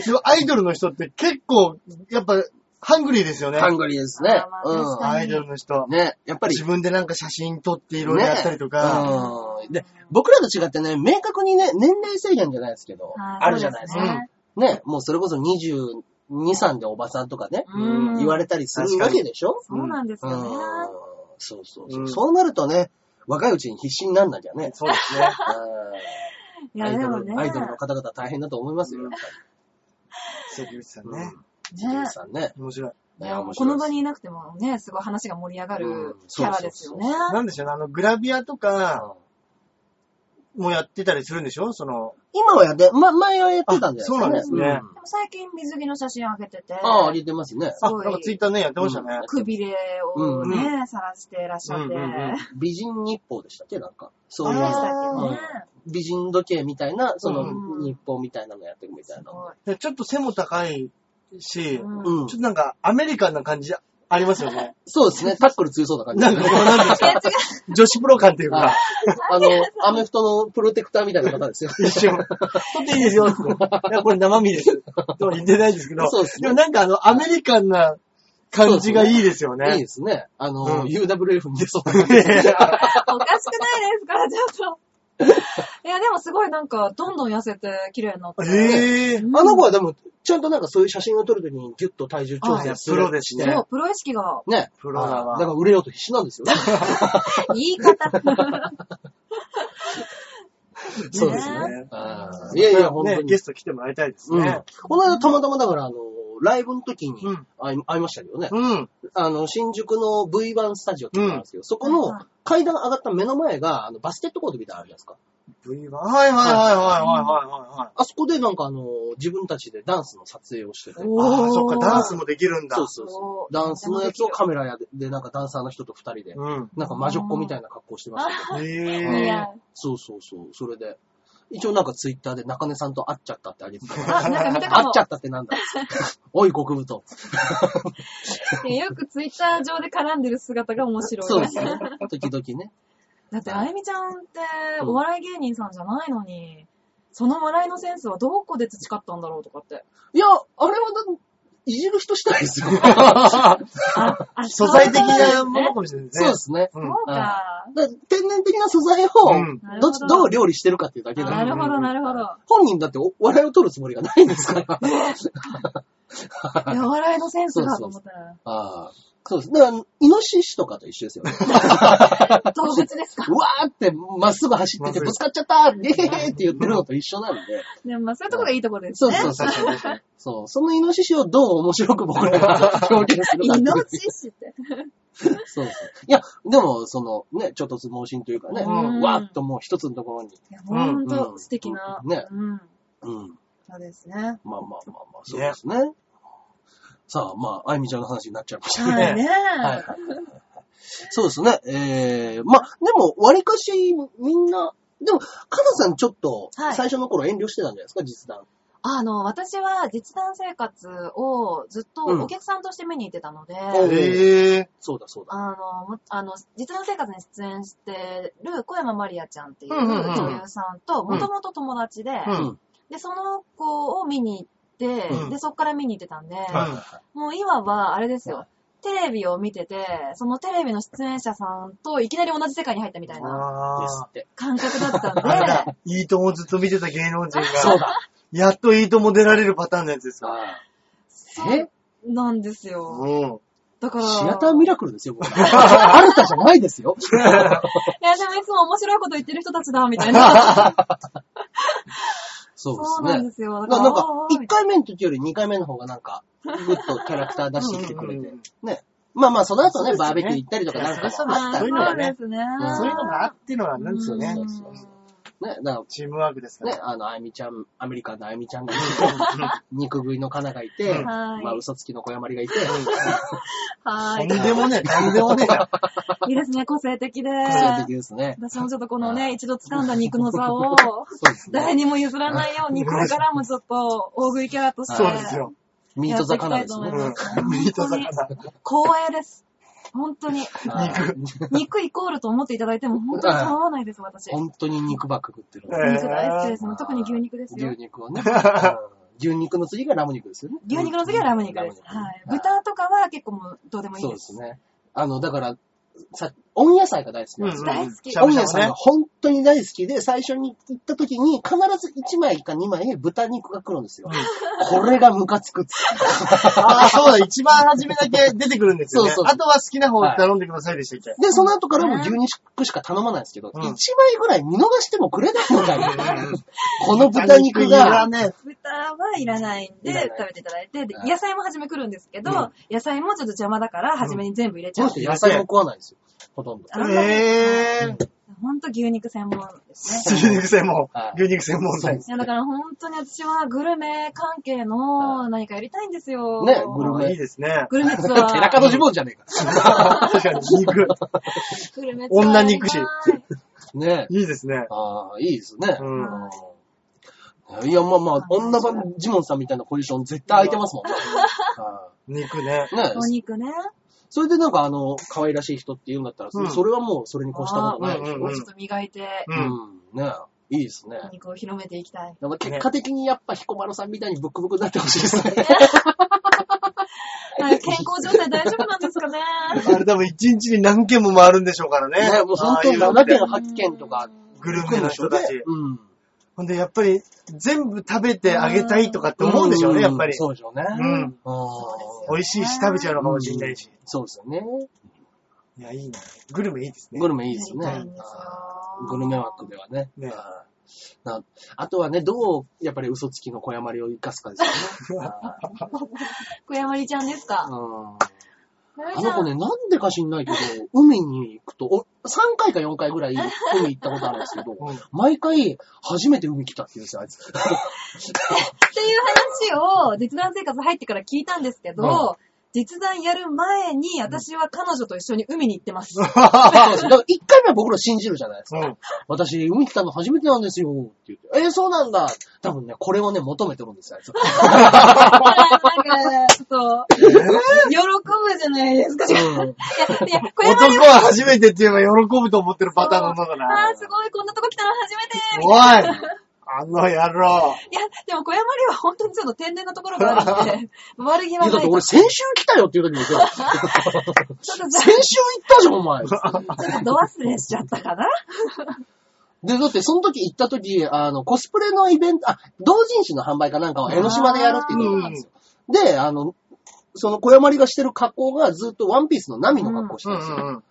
でもアイドルの人って結構、やっぱ、ハングリーですよね。
ハングリーですね
まあ。まあ確
う
か
アイドルの人
ん。。ね、やっぱり。
自分でなんか写真撮っていろいろやったりとか。
ねうんで、僕らと違ってね、明確にね、年齢制限じゃないですけど、
あー
あるじゃないです
そう
か。
ね
ね、もうそれこそ22、3でおばさんとかね、
うん
言われたりするわけでしょ
そうなんです
うん
よね。
そうそうそうう。
ん
そうなるとね、若いうちに必死になんなきゃね。
そうですね。
い
うんア
や、
イ
で
ド
も
ル
ね。
のアイドルの方々大変だと思いますよ、やっぱり
関口さんね。
ジェイさんね。
面白い。
いやもうこの場にいなくてもね、すごい話が盛り上が
うん
るキャラですよね。
なんでしょうね、あの、グラビアとかもやってたりするんでしょその、
今はやって、ま、前はやってたん
あ
だよ、ね。
そうなんですね
でも最近水着の写真あげてて、
ああ、あげてますね。
あ、
すごい
なんかツイッターね、やってましたね。
くびれをね、さらしてらっしゃって。
うんうんうん
美人日報でしたっけなんか。そうい
あれでした
う
あ
っけね。
美人時計みたいな、そうの
ん
日報みたいなのやってるみたい
す
な。
ごい
でちょっと背も高いし、ちょ
うん
うん
っ。となんかアメリカンな感じありますよね。
そうですね。タックル強そうな感 じ。
なんかこう、なんです
いや違
か、女子プロ感っていう
あ
か、
あの、アメフトのプロテクターみたいな方ですよ。
一瞬、撮っていいですよって。いや、これ生身 です。とは言ってないですけど、
そうですね
もなんかあの、アメリカンな感じがいいですよ
いい
ね
で。すね。あ
う
の、
ん
UWF に出そうな感じですね。
おかしくないですかちょっと。いや、でもすごいなんか、どんどん痩せて綺麗になって。
へえー。
あの子はでも、ちゃんとなんかそういう写真を撮るときにギュッと体重調整す
あ
る。
プロですね
もうプロ意識が、
ね。
プロだわ
だから売れようと必死なんですよ。
言い方。
そうですね。
ね
あーいやいや、本当
ね、
に。
ゲスト来てもらいたいです
うん
ね。
この間たまたまだから、あの、ライブの時に
うん
会い,、会いましたけどね。
うん。
あの、新宿の V1 スタジオっていうのがあるんですけど、そこの階段上がった目の前が、あの、バスケットコートみたいなのあるじゃないですか。
V1。はいはいはいはいはいはいはい。
あそこでなんかあの、自分たちでダンスの撮影をしてて。
おー
ああ、そっか、ダンスもできるんだ。
そうそうそう。ダンスのやつをカメラやで、でなんかダンサーの人と二人で、
うん。
なんか魔女っ子みたいな格好してましたけど。
へ
似
え。
合う
そうそうそう。それで。一応なんかツイッターで中根さんと会っちゃったってあげてたから。
あ、なんか見た
会
か
っ
も
ち。ゃったってなん だおい、極太。
いやよくツイッター上で絡んでる姿が面白い。
そうですね。時々ね。
だって、あゆみちゃんって、お笑い芸人さんじゃないのに、その笑いのセンスはどこで培ったんだろうとかって。
いや、あれはだ、いじる人したいです よ。
あ、あ
素材的なものかもしれないですね。
そうですね。
う
そ
ん。
うか。
だから天然的な素材を
うん、
どっち、
なるほど
どう料理してるかっていうだけな
なん
で。
るほど、なるほど。
本人だってお笑いを取るつもりがないんですから。
いや、お笑いのセンスがと思ったら。
ああそうです。だから、イノシシとかと一緒 ですよね。
動物ですか
うわーって、まっすぐ走ってて、ぶつかっちゃったーえーって言ってるのと一緒なんで。
でもまあそういうところがいいところです
そう
ね。
そうそう。
確かに。
そう。そのイノシシをどう面白く僕らが表現するかっていう。
命知って。
そうそう。いや、でも、その、ね、ちょっとずつ盲信というかね、
うん
わーっともう一つのところに。
いや、ほんと素敵な。
うんね
うん。
うん。
そうですね。
まあまあまあまあ、そうですね。さあ、まあ、あゆみちゃんの話になっちゃいましたけど。
はいね。
はいはいはいはい。そうですね。えー、まあ、でも、割かし、みんな、でも、かなさんちょっと、
はい
最初の頃遠慮してたんじゃないですか、実弾。
あの、私は実弾生活をずっと
うん
お客さんとして見に行ってたので、
おー
ええ
そうだそうだ。
あの、もあの、実弾生活に出演してる小山まりやちゃんっていう
うんうんうん
女優さんと、もともと友達で、
うん
で、その子を見に行って、
うん
で、そっから見に行ってたんで、
はい
もう今は、あれです
は
よ、テレビを見てて、そのテレビの出演者さんといきなり同じ世界に入ったみたいな
あ
です
あ。
って。
感覚だったん
あれ
で
だ、いいともずっと見てた芸能人
そう
が、
だ。
やっといいとも出られるパターンのやつですか。
あ
そ
え
うなんですよ。
うん。
だから、
シアターミラクルですよ、 僕は。あなたじゃないですよ。
いや、でもいつも面白いこと言ってる人たちだ、みたいな。
そう
そう
で
な
す
ん
ね
で。すよ。だ
な
から
なんか
お、ー
1回目の時より2回目の方がなんか、ぐっとキャラクター出してきてくれ
うんうん
て
うん。
ね。まあまあ、その後
そ
ね、
うですね
バーベキュー行ったりとかなんか
そう
あった
あ
ん
そ
で
うい
ね
うのがね
そうですね。
そういうのがあってのはなんですよね
う。ん
そうそうそうね、だか
チームワークですからら。
ね、あの、あゆみちゃん、アメリカンのあゆみちゃんがいて、
う
肉食いのカナがいて、
はい
まあ、嘘つきの小山りがいて、
は
とん
ー
でもねえ、とんでもねえ な。
い。いいですね、個性的で。
個性的ですね。
私もちょっとこの
は
ね、
い
一度掴んだ肉の座を、
そうです
誰
ね。
にも譲らないように、これからもちょっと、大食いキャラとして。
そうですよ。
ミートザカナです
う
ね
ん。
や。
ミート魚。
光栄です。本当に。
はい
肉イコールと思っていただいても、本当に構わないです、私。
本当に肉ばっか食ってる。
え
肉大好きですもん。特に牛肉ですよ
牛。肉をね。うん牛肉の次がラム肉ですよね。
牛肉の次はラム肉です。
ラム
はい。豚とかは結構もうどうでもいい
そう
で。
ですすね。あの、だから、さ、温野菜が大好きなんですよ。
大好き
しゃ
温
ぶしゃ
野
ぶ
菜
ね
が。本当に大好きで、最初に行った時に必ず1枚か2枚豚肉が来るんですよ。これがムカつくっつって
ああ、そうだ、一番初めだけ出てくるんですよね。
そうそう
あとは好きな方頼んでくださいでしたっけ。
で、その後からもう牛肉しか頼まないんですけど、
うん
1枚ぐらい見逃してもくれないのか
う
よ
ん。
この豚肉が、
ね、
豚はいらないん
い
で
らない
食べていただいて、で
はい
野菜も初め来るんですけど、
うん
野菜もちょっと邪魔だから、初めに全部入れち
こ
ゃう
の。人野菜も食わないんですよ。ほとんど。
あんまり
えぇー。
ほんと牛肉専門ですね。
牛肉専門
は。い
牛肉専門店。
いや、だから本当に私はグルメ関係の何かやりたいんですよ。
ねグルメ
いいです ね。
グルメツア
寺
ー。
門ジモンじゃねえか。
確かに肉。
グルメツアーやりたい。
女肉し
ねえ。
いいですね。
ああ、いいですね
う。ん。
はい
いや、まあまあ、女版ジモンさんみたいなポジション絶対空いてま すもんね。は
肉ね。
いね
お肉ね。
それでなんかあの、可愛らしい人って言うんだったら、
うん
それはもうそれに越したことない。
うん
ちょっと磨いて、
う。
うんん、ねいいですね。
お肉を広めていきたい。
なんか結果的にやっぱ彦摩呂さんみたいにブックブックになってほしいですね。
はい健康状態大丈夫なんですかね
あれ多分一日に何件も回るんでしょうからね。
ねもう本当に
ああい
7
うのって
件8件とか
グルメの人たち。
うん。
ほんでやっぱり全部食べてあげたいとかって思うんでしょうね、やっぱり。
そうでしょうね。
うん。
あー
そう
美味しいし食べちゃうのかもしれないし。
そうですよね。
いや、いいな。グルメいいですね。
グルメいいです
やりた
ね
いんですよ。
グルメ枠ではね。
ね
あーなあとはね、どう、やっぱり嘘つきの小山りを生かすかです よね。あー
小山りちゃんですか
うん
小山
あ
里ち
の
ゃ
子
ん
ね、なんでか知んないけど、海に行くと、お3回か4回ぐらい海行ったことあるんですけど、
うん
毎回初めて海来たって言うんですよ、あ いつ。
っていう話を、実弾生活入ってから聞いたんですけど、実弾やる前に、私は彼女と一緒に海に行ってます。
そうですだから1回目は僕ら信じるじゃないですか。
うん。
私、海来たの初めてなんですよ、って言って。えーそうなんだ。多分ね、これをね、求めてるんですよ、あいつ。
なんか、ちょっと、喜ぶじゃないです か。いや、
うん
いや、小山
男は初めてって言えば喜ぶと思ってるパターンの女だ
あ
な
ー、。すごい、こんなとこ来たの初めて
おいあの野郎。
いや、でも小山流は本当にちょっと天然なところがあるんで、悪気は
や、だっ
ない
て
と。
俺先週来たよっていう時にさ、
ちょっと
先週行ったじゃん、お前。
ちょっと ド忘れしちゃったかな
で、だってその時行った時、あの、コスプレのイベント、あ、同人誌の販売かなんかを江ノ島でやるっていうのがあったんですよ。で、あの、その小山里がしてる格好がずっとワンピースの波の格好をして
うん
るんですよ。
うんうん。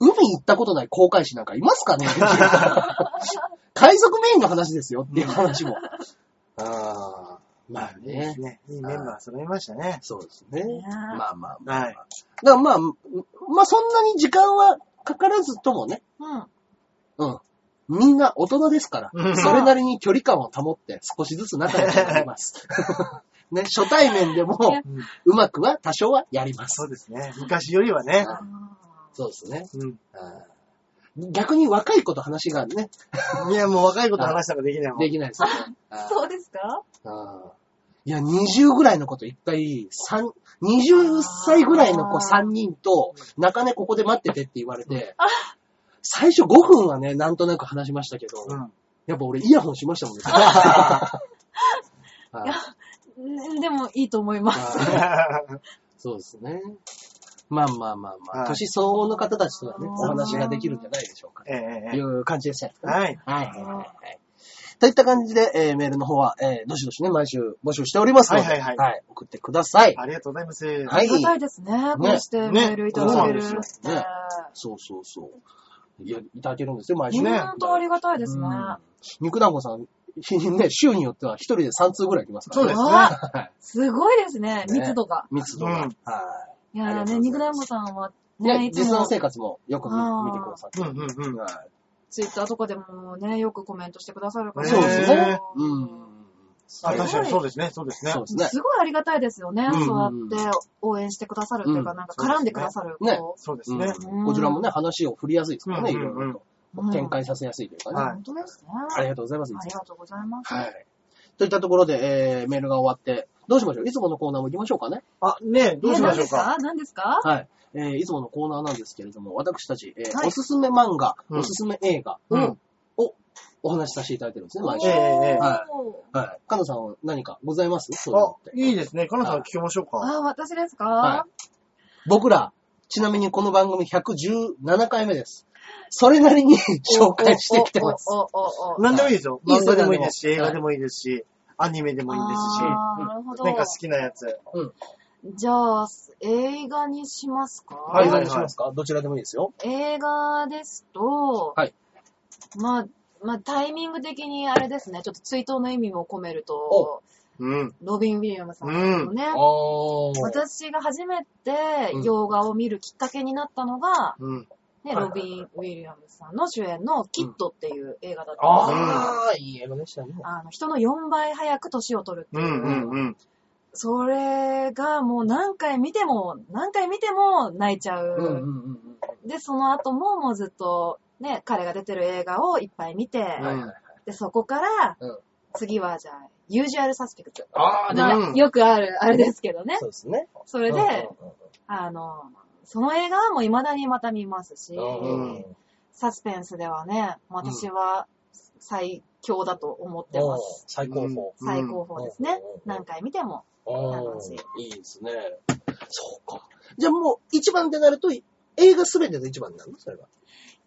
海行ったことない航海士なんかいます かね海賊メインの話ですよっていう話も。 ああ、まあ
いいです
ね。
ね。いいメンバー揃いましたね。
そうですね。
いやー
まあまあまあ。
はい。
だからまあ、まあそんなに時間はかからずともね、う
うん。
ん。みんな大人ですか
う
ら、
ん
それなりに距離感を保って少しずつ仲良くなり ます。ね、初対面でも
いや
うん
うまくは多少はやりま
そう
す。
ですね。昔よりはね。
あそうですね。
うん。
うん逆に若い子と話がね、
いや、もう若いこと話したらできないもん。
できないですよね。あー
そうですか
ああいや、20ぐらいの子と一回、三、20歳ぐらいの子
あー
3人と、中根ここで待っててって言われて、最初5分はね、なんとなく話しましたけど、
うん。
やっぱ俺イヤホンしましたもんね。はい
んでもいいと思います。
あーそうですね。まあまあまあまあ、
はい
年相応の方たちとはね、
あー
お話ができるんじゃないでしょうか。
ええ
い
え
う感じでしたね。
え。はい。
はいはいはいはい。といった感じで、えーメールの方は、えーどしどしね、毎週募集しておりますので、
はいはいはい
送ってください。
ありがとうございます。
は
ありがた
い。
いですね。こうしてメールいただけるって。
ねそうそうそう。いや、いただけるんですよ、毎週。
ね
本当ありがたいですね。
うん肉団子さん、日にね、週によっては一人で3通ぐらい来ますか
そう
ら
です
ね。
わ
ね。
はい。
すごいですね、
ね
密度が。
密度が。
うん
はい
や
ありが
ー
とう
ね、
ございます。
肉団子さんはい
ね、
ね、いつ
実
も
の生活もよく見見てくださって。
うんうんうん。
はい
ツイッターとかでもね、よくコメントしてくださるから。
そうですね。
う
うんん。
あ、確かにそう
で
ですね。そうです
ね。
ね
そ。うですね。
すごいありがたいですよね、
うん
そうやって応援してくださるというか、
うん
なんか絡んでくださる。
ね
こ
そうですね。
うんこちらもね、話を振りやすいですからね、い
うんうん
ろ
うん
いろ
う
と。展
うん
開させやすいというかね。
はい
本当ですね。
ありがとうございます。いつも
ありがとうございます。
はい。といったところで、えー、メールが終わって、どうしましょういつものコーナーも行きましょうかね。
あ、ねどうしましょうか。
え何ですか
はい。えー、いつものコーナーなんですけれども、私たち、えー
はい
おすすめ漫画、
うん
おすすめ映画を、
うん
お話しさせていただいてるんですね、
何
毎週。
です
え
か
えええ
は
おー
はい。かのさんは何かございますそういうの
あ
っ、て。
いいですね。かなさん聞きましょうか。
あ、私ですか、
は僕ら、ちなみにこの番組117回目です。それなりに紹介してきてます。
お。おおおお
何でもいいですよ。
いいです
漫
よ
画でもいいですし、映
何で
画で
も
もいいですし、アニメでもいいですし、な
あーなるほど。
んか好きなやつ。
じゃあ、映画にしますか、
はい
映
は
画
い
にしますかどちらでもいいですよ。
映画ですと、
はい
まあ、まあ、タイミング的にあれですね、ちょっと追悼の意味も込めると
お、
うん。
ロビン・ウィリアムさんのね、
おー
私が初めて
うん
洋画を見るきっかけになったのが、
うん。
ね、
はい
ロ
はいはい
ビン・ウィリアムさんの主演のキッドっていう映画だったんですけど、
あー、いい映画でしたね。
あの人の4倍早く年を取るって
う
いう、
んうんうん。
それがもう何回見ても、何回見ても泣いちゃう。
うんうんうんうん。
で、その後ももうずっと、ね、彼が出てる映画をいっぱい見て、
はいはいはい。
で、そこから、
うん
次はじゃあ、ユージュアルサスペクト。
あー、でも
まあ
うん
よくある、あれですけどね。
そうですね。
それで、
うんうんうん
あの、その映画はもう未だにまた見ますし、
うん
サスペンスではね、私は最強だと思ってます。
最高峰。
うん
最高峰ですね
うん。
何回見ても。楽し
いいですね。そうか。じゃあもう一番ってなると、映画すべての一番になるのそれは。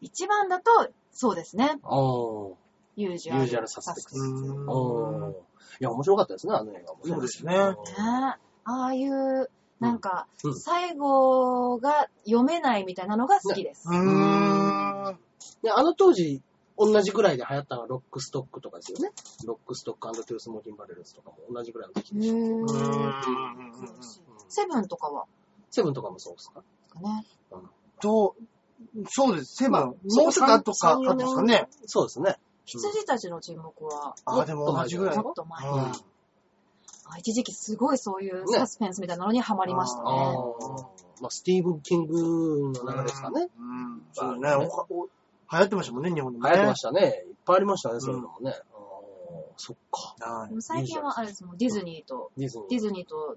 一番だと、そうですね。
ああ。
ユージ
ユージュア
ュア
ル
ル
サ
サ
ス
ス
ペ
ペ
クト
クト。
うん。
いや、面白かったですね、あの映画もね。
そうですね
うん
ねああいう、なんか
うん、
最後が読めないみたいなのが好きです。
うーん。
で、あの当時、同じぐらいで流行ったのはロックストックとかですよね。ロックストックトゥースモーキングバレルズとかも同じぐらいの時
へ
でした。
うー
ー
ん。
セブンとかは
セブンとかもそうですか
ね。
と、そうです。セブン。
まあ
もうちょっと後か、
そう
後ですかね。
そうですね。
羊たちの沈黙は、
あ、でも同じぐらい。
もっと前
うん
あ一時期すごいそういう
ね
サスペンスみたいなのにハマりました
ああ
ね。。
まあ、スティーブン・キングの流れですかね。
うん。そうね。おかお流行ってましたもんね、日本でも
流
ね。
行ってましたね。いっぱいありましたね、そういうのもね。あーそっか。
た。はい
で。も最近はあれですもん、ディズニーと、
ディズニー。
ディズニーと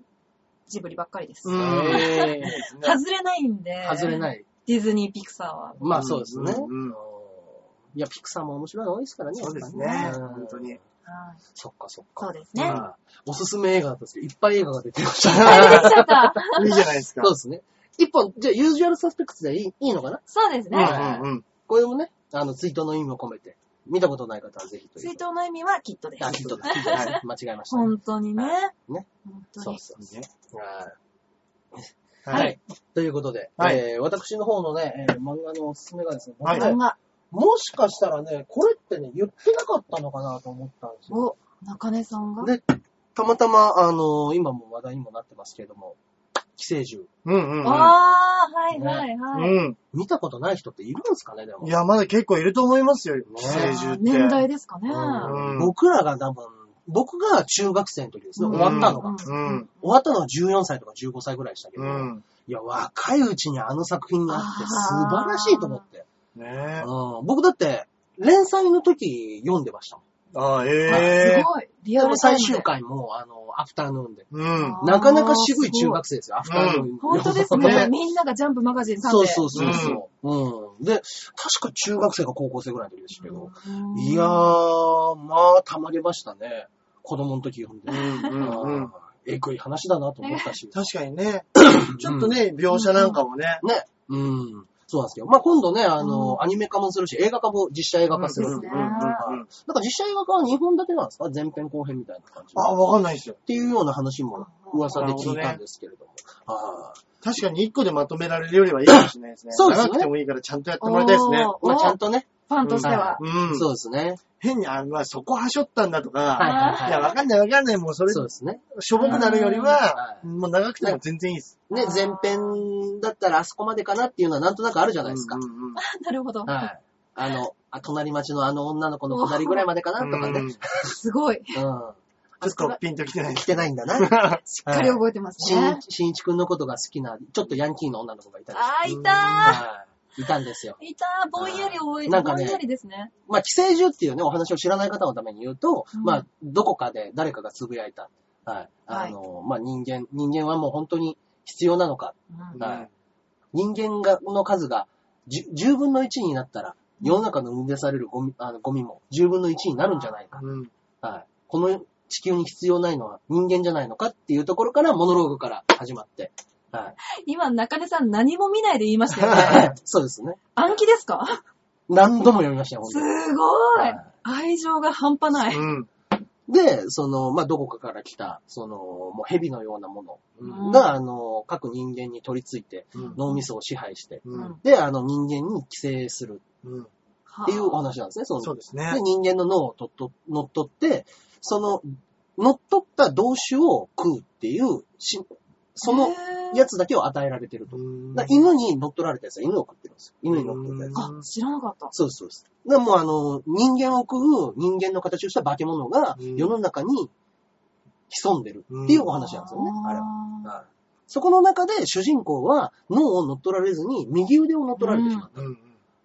ジブリばっかりです。
うん
え
外れないんで、。
ー、外れないい。
ディズニー、ピクサーは。
まあそうですね。
うんうんうん
あーいや、ピクサーも面白いの多いですからね。
そうです
や
ね
っ。ぱり
本当。に。
はい
そっかそっか。
そうですね。
うん
おすすめ映画だったんですけど、いっぱい映画が出てました。
出てきちゃった。
いいじゃないですか。
そうですね。一本、じゃあ、ユージュアルサスペクツでいいいいのかな
そうです
う
ね。
んうんうん。
これもね、あの、追悼の意味を込めて、見たことない方はぜひという
追。悼の意味はきっとです
あ、。きっと、きっと
はい
間違えましたね。
本当にね。
ね
本当
そう
に。
そう
いいね
そう。はい
は。
はいい。ということで、
はい
えー私の方のね、えー漫画のおすすめがですね、
はい
僕ね
漫画。
もしかしたらね、これってね、言ってなかったのかなと思ったんですよ。
お、中根さんが。
でたまたま、あのー今も話題にもなってますけれども、寄生獣。
うんうんうん。
ああ、はいはいはい。
うん。
見たことない人っているんですかね、でも。
いや、まだ結構いると思いますよ、寄生
あ
獣っ
ー
て。
年代ですかね。
うん
うん
僕らが多分、僕が中学生の時ですね、
うん
終わったのが。
う
終
ん
うん。
わったのが14歳とか15歳ぐらいでしたけ
う
ど、
ん。
いや、若いうちにあの作品があって素晴らしいと思って。
ねえ。
うん僕だって、連載の時読んでましたもん。
ああ、え
す
え。
ごい。リアルタイム
最
で
終。回も、あの、アフターヌーンで。
うん。
あー
なかなか渋い中学生ですよ、アフターヌーン。
本当 です
ね
ね。みんながジャンプマガジンさん
そう
で。
そううそうそう、うん。で、確か中学生か高校生ぐらいの時でしたけど。
ん
いやー、まあ、たまりましたね。子供の時読んで。
うんうん。
えぐい話だなと思ったし。
確かにね。ちょっとね、描写なんかもね。
ね。うん。そうなんですけど。まあ、今度ね、あの、
う
アニメ化もするし、映画化も実写映画化する。
うんうん
な
うんん
か実写映画化は2本だけなんですか前編後編みたいな感じ。
あ、わかんないですよ。
っていうような話も噂で聞いたんですけれども。あー
確かに一個でまとめられるよりはいいかもしれないですね。
そうですね
長くてもいいからちゃんとやってもらいたいですね。
おー
まあ、ちゃんとね。
ファンとしては。
うん。
そうですね。
変に、あ、まあ、そこはしょったんだとか、
はい
い、
はいはい。
や、わかんないわかんない、もうそれ
そ、うですね。
しょぼくなるよりは
は、い
もう長くても全然いいです。
ね、前編だったらあそこまでかなっていうのはなんとなくあるじゃ
じ
ないですか。
なるほど。
はい。あの、あ隣町のあの女の子の隣ぐらいまでかなとかね。うん。
ち
すごい。
あ
ょっ
そこが
とピンときてないで
来
す。
てないんだな。
しっかり覚えてます
しん
ね。
しんいちくんのことが好きな、ちょっとヤンキーの女の子がいたりして
あー、いた
はいいたんですよ。
ー。いたー。ぼんやり覚え
な
て、
んか
ぼ
ね
んやりですね。
まあ、寄生獣っていうね、お話を知らない方のために言うと、
うん
まあ、どこかで誰かがつぶやいた。はい。あの、まあ、人間、人間はもう本当に必要なのか。
うん
はい人間が、の数がじゅ10分の1になったら、世の中の生み出されるゴミ、あのゴミも10分の1になるんじゃないか。
うん
はい。この地球に必要ないのは人間じゃないのかっていうところから、モノローグから始まって。はい。
今、中根さん何も見ないで言い ましたよ
は
ね。
いそうですね。
暗記ですか
何度も読みましたよ、本
す
当に。
ご
はい
い。愛情が半端ない。
うん。
で、その、まあ、どこかから来た、その、もう蛇のようなもの
うん
うん
が、あの、各人間に取り付いて、
うん
脳みそを支配して、
うん
うん
で、あの、人間に寄生する
うん
っていうお
はあ
話なんですね、その
そうですね
で、。人間の脳をとっと乗っ取って、その、乗っ取った同種を食うっていう、しその
へー
やつだけを与えられてると。だから犬に乗っ取られたやつは犬を食ってるんですよ。犬に乗っ取ったやつ。
あ、知らなかった。
そうです、そうです。だからもうあの、人間を食う人間の形をした化け物が
うん
世の中に潜んでるっていうお話なんですよね、あれは。はいそこの中で主人公は脳を乗っ取られずに右腕を乗っ取られてしまう。
うん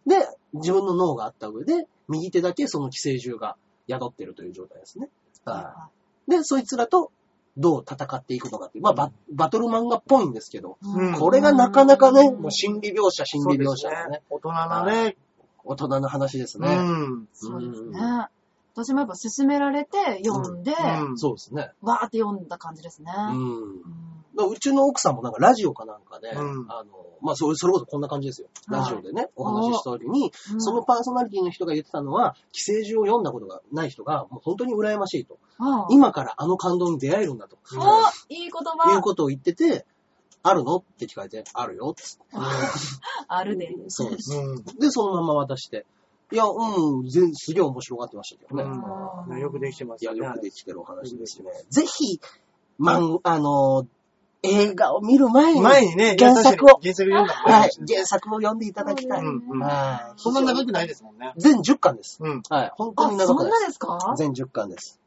で、自分の脳があった上で、右手だけその寄生獣が宿ってるという状態ですね。は
あ
いで、そいつらとどう戦っていくのかっていう、まあババトル漫画っぽいんですけど、
うん
これがなかなかね、
うん
もう心理描写、心理描写
そう
だ
で
ね
す。大人のね。
大人の話です
う
ね。
ん。
そうですね
う。
私もやっぱ勧められて読んで、
うん
そうですね。
わーって読んだ感じですね。
うん
う。ん
だからうちの奥さんもなんかラジオかなんかで、
うん
あの、まあそれ、それこそこんな感じですよ。
はい
ラジオでね、お話しした時に、
うん
そのパーソナリティの人が言ってたのは、寄生獣を読んだことがない人が、もう本当に羨ましいと。
あ
今からあの感動に出会えるんだと。
おいい言
いう
葉
ことを言ってて、あるのって聞かれて、あるよっつって。
あるね。
そうです。
うん
で、そのまま渡して。いや、うん、全すげえ面白がってましたけどね。
うんねよくできてま
い
す
や、
よね。
よくできてるお話ですね。ぜひ、まん、あの、映画を見る前に、
前にね、
原作を
原作読んだもんね
はい、原作を読んでいただきたい。
う
は
んうん
い。
そんな長くないですもんね。
全10巻です。
うん。
はい、本当
あ、
に
そ
長
ん
く
な
ないで
ですか
す。全10巻です。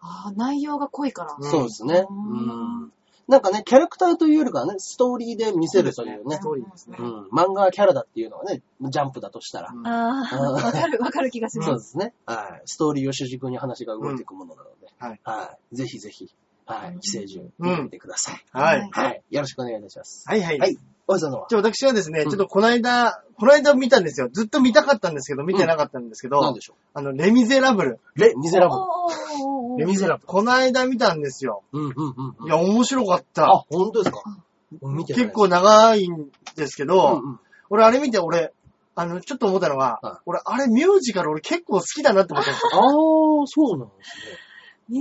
あー内容が濃いから。
うん
そうですね。う
うん
ん。なんかね、キャラクターというよりかはね、ストーリーで見せるというね
ス。トーリーですね
う。ん。漫画はキャラだっていうのはね、ジャンプだとしたら。
うん
ああ、 わかる、わかる気がし
そう
ま。
ですすね。はい。ストーリーを主軸に話が動いていくものなので。
うんはい。
はい。ぜひぜひ、は
う
い。
ん
寄生獣、見てみてください。
は
はいい。
はい。よろしくお願いいたします。
はいはい。
はいおいさんのは。
じゃあ私はですね、
うん
ちょっとこの間、この間見たんですよ。ずっと見たかったんですけど、見てなかったんですけど、
何でしょ
あの、レミゼラブル。
うレ・ミゼラブル。
おーおーおーおー
レ・ミゼラブ
この間見たんですよ。
ル。うんうんうんう
い
ん。
や、面白かっ
あ
た。、
本当ですか見てない
結構長いんですけど、
うんうん
俺あれ見て、俺、あの、ちょっと思ったのが、
は
俺、あれミュージカル俺結構好きだなって思ったんですよ。
あー、そうなんですね。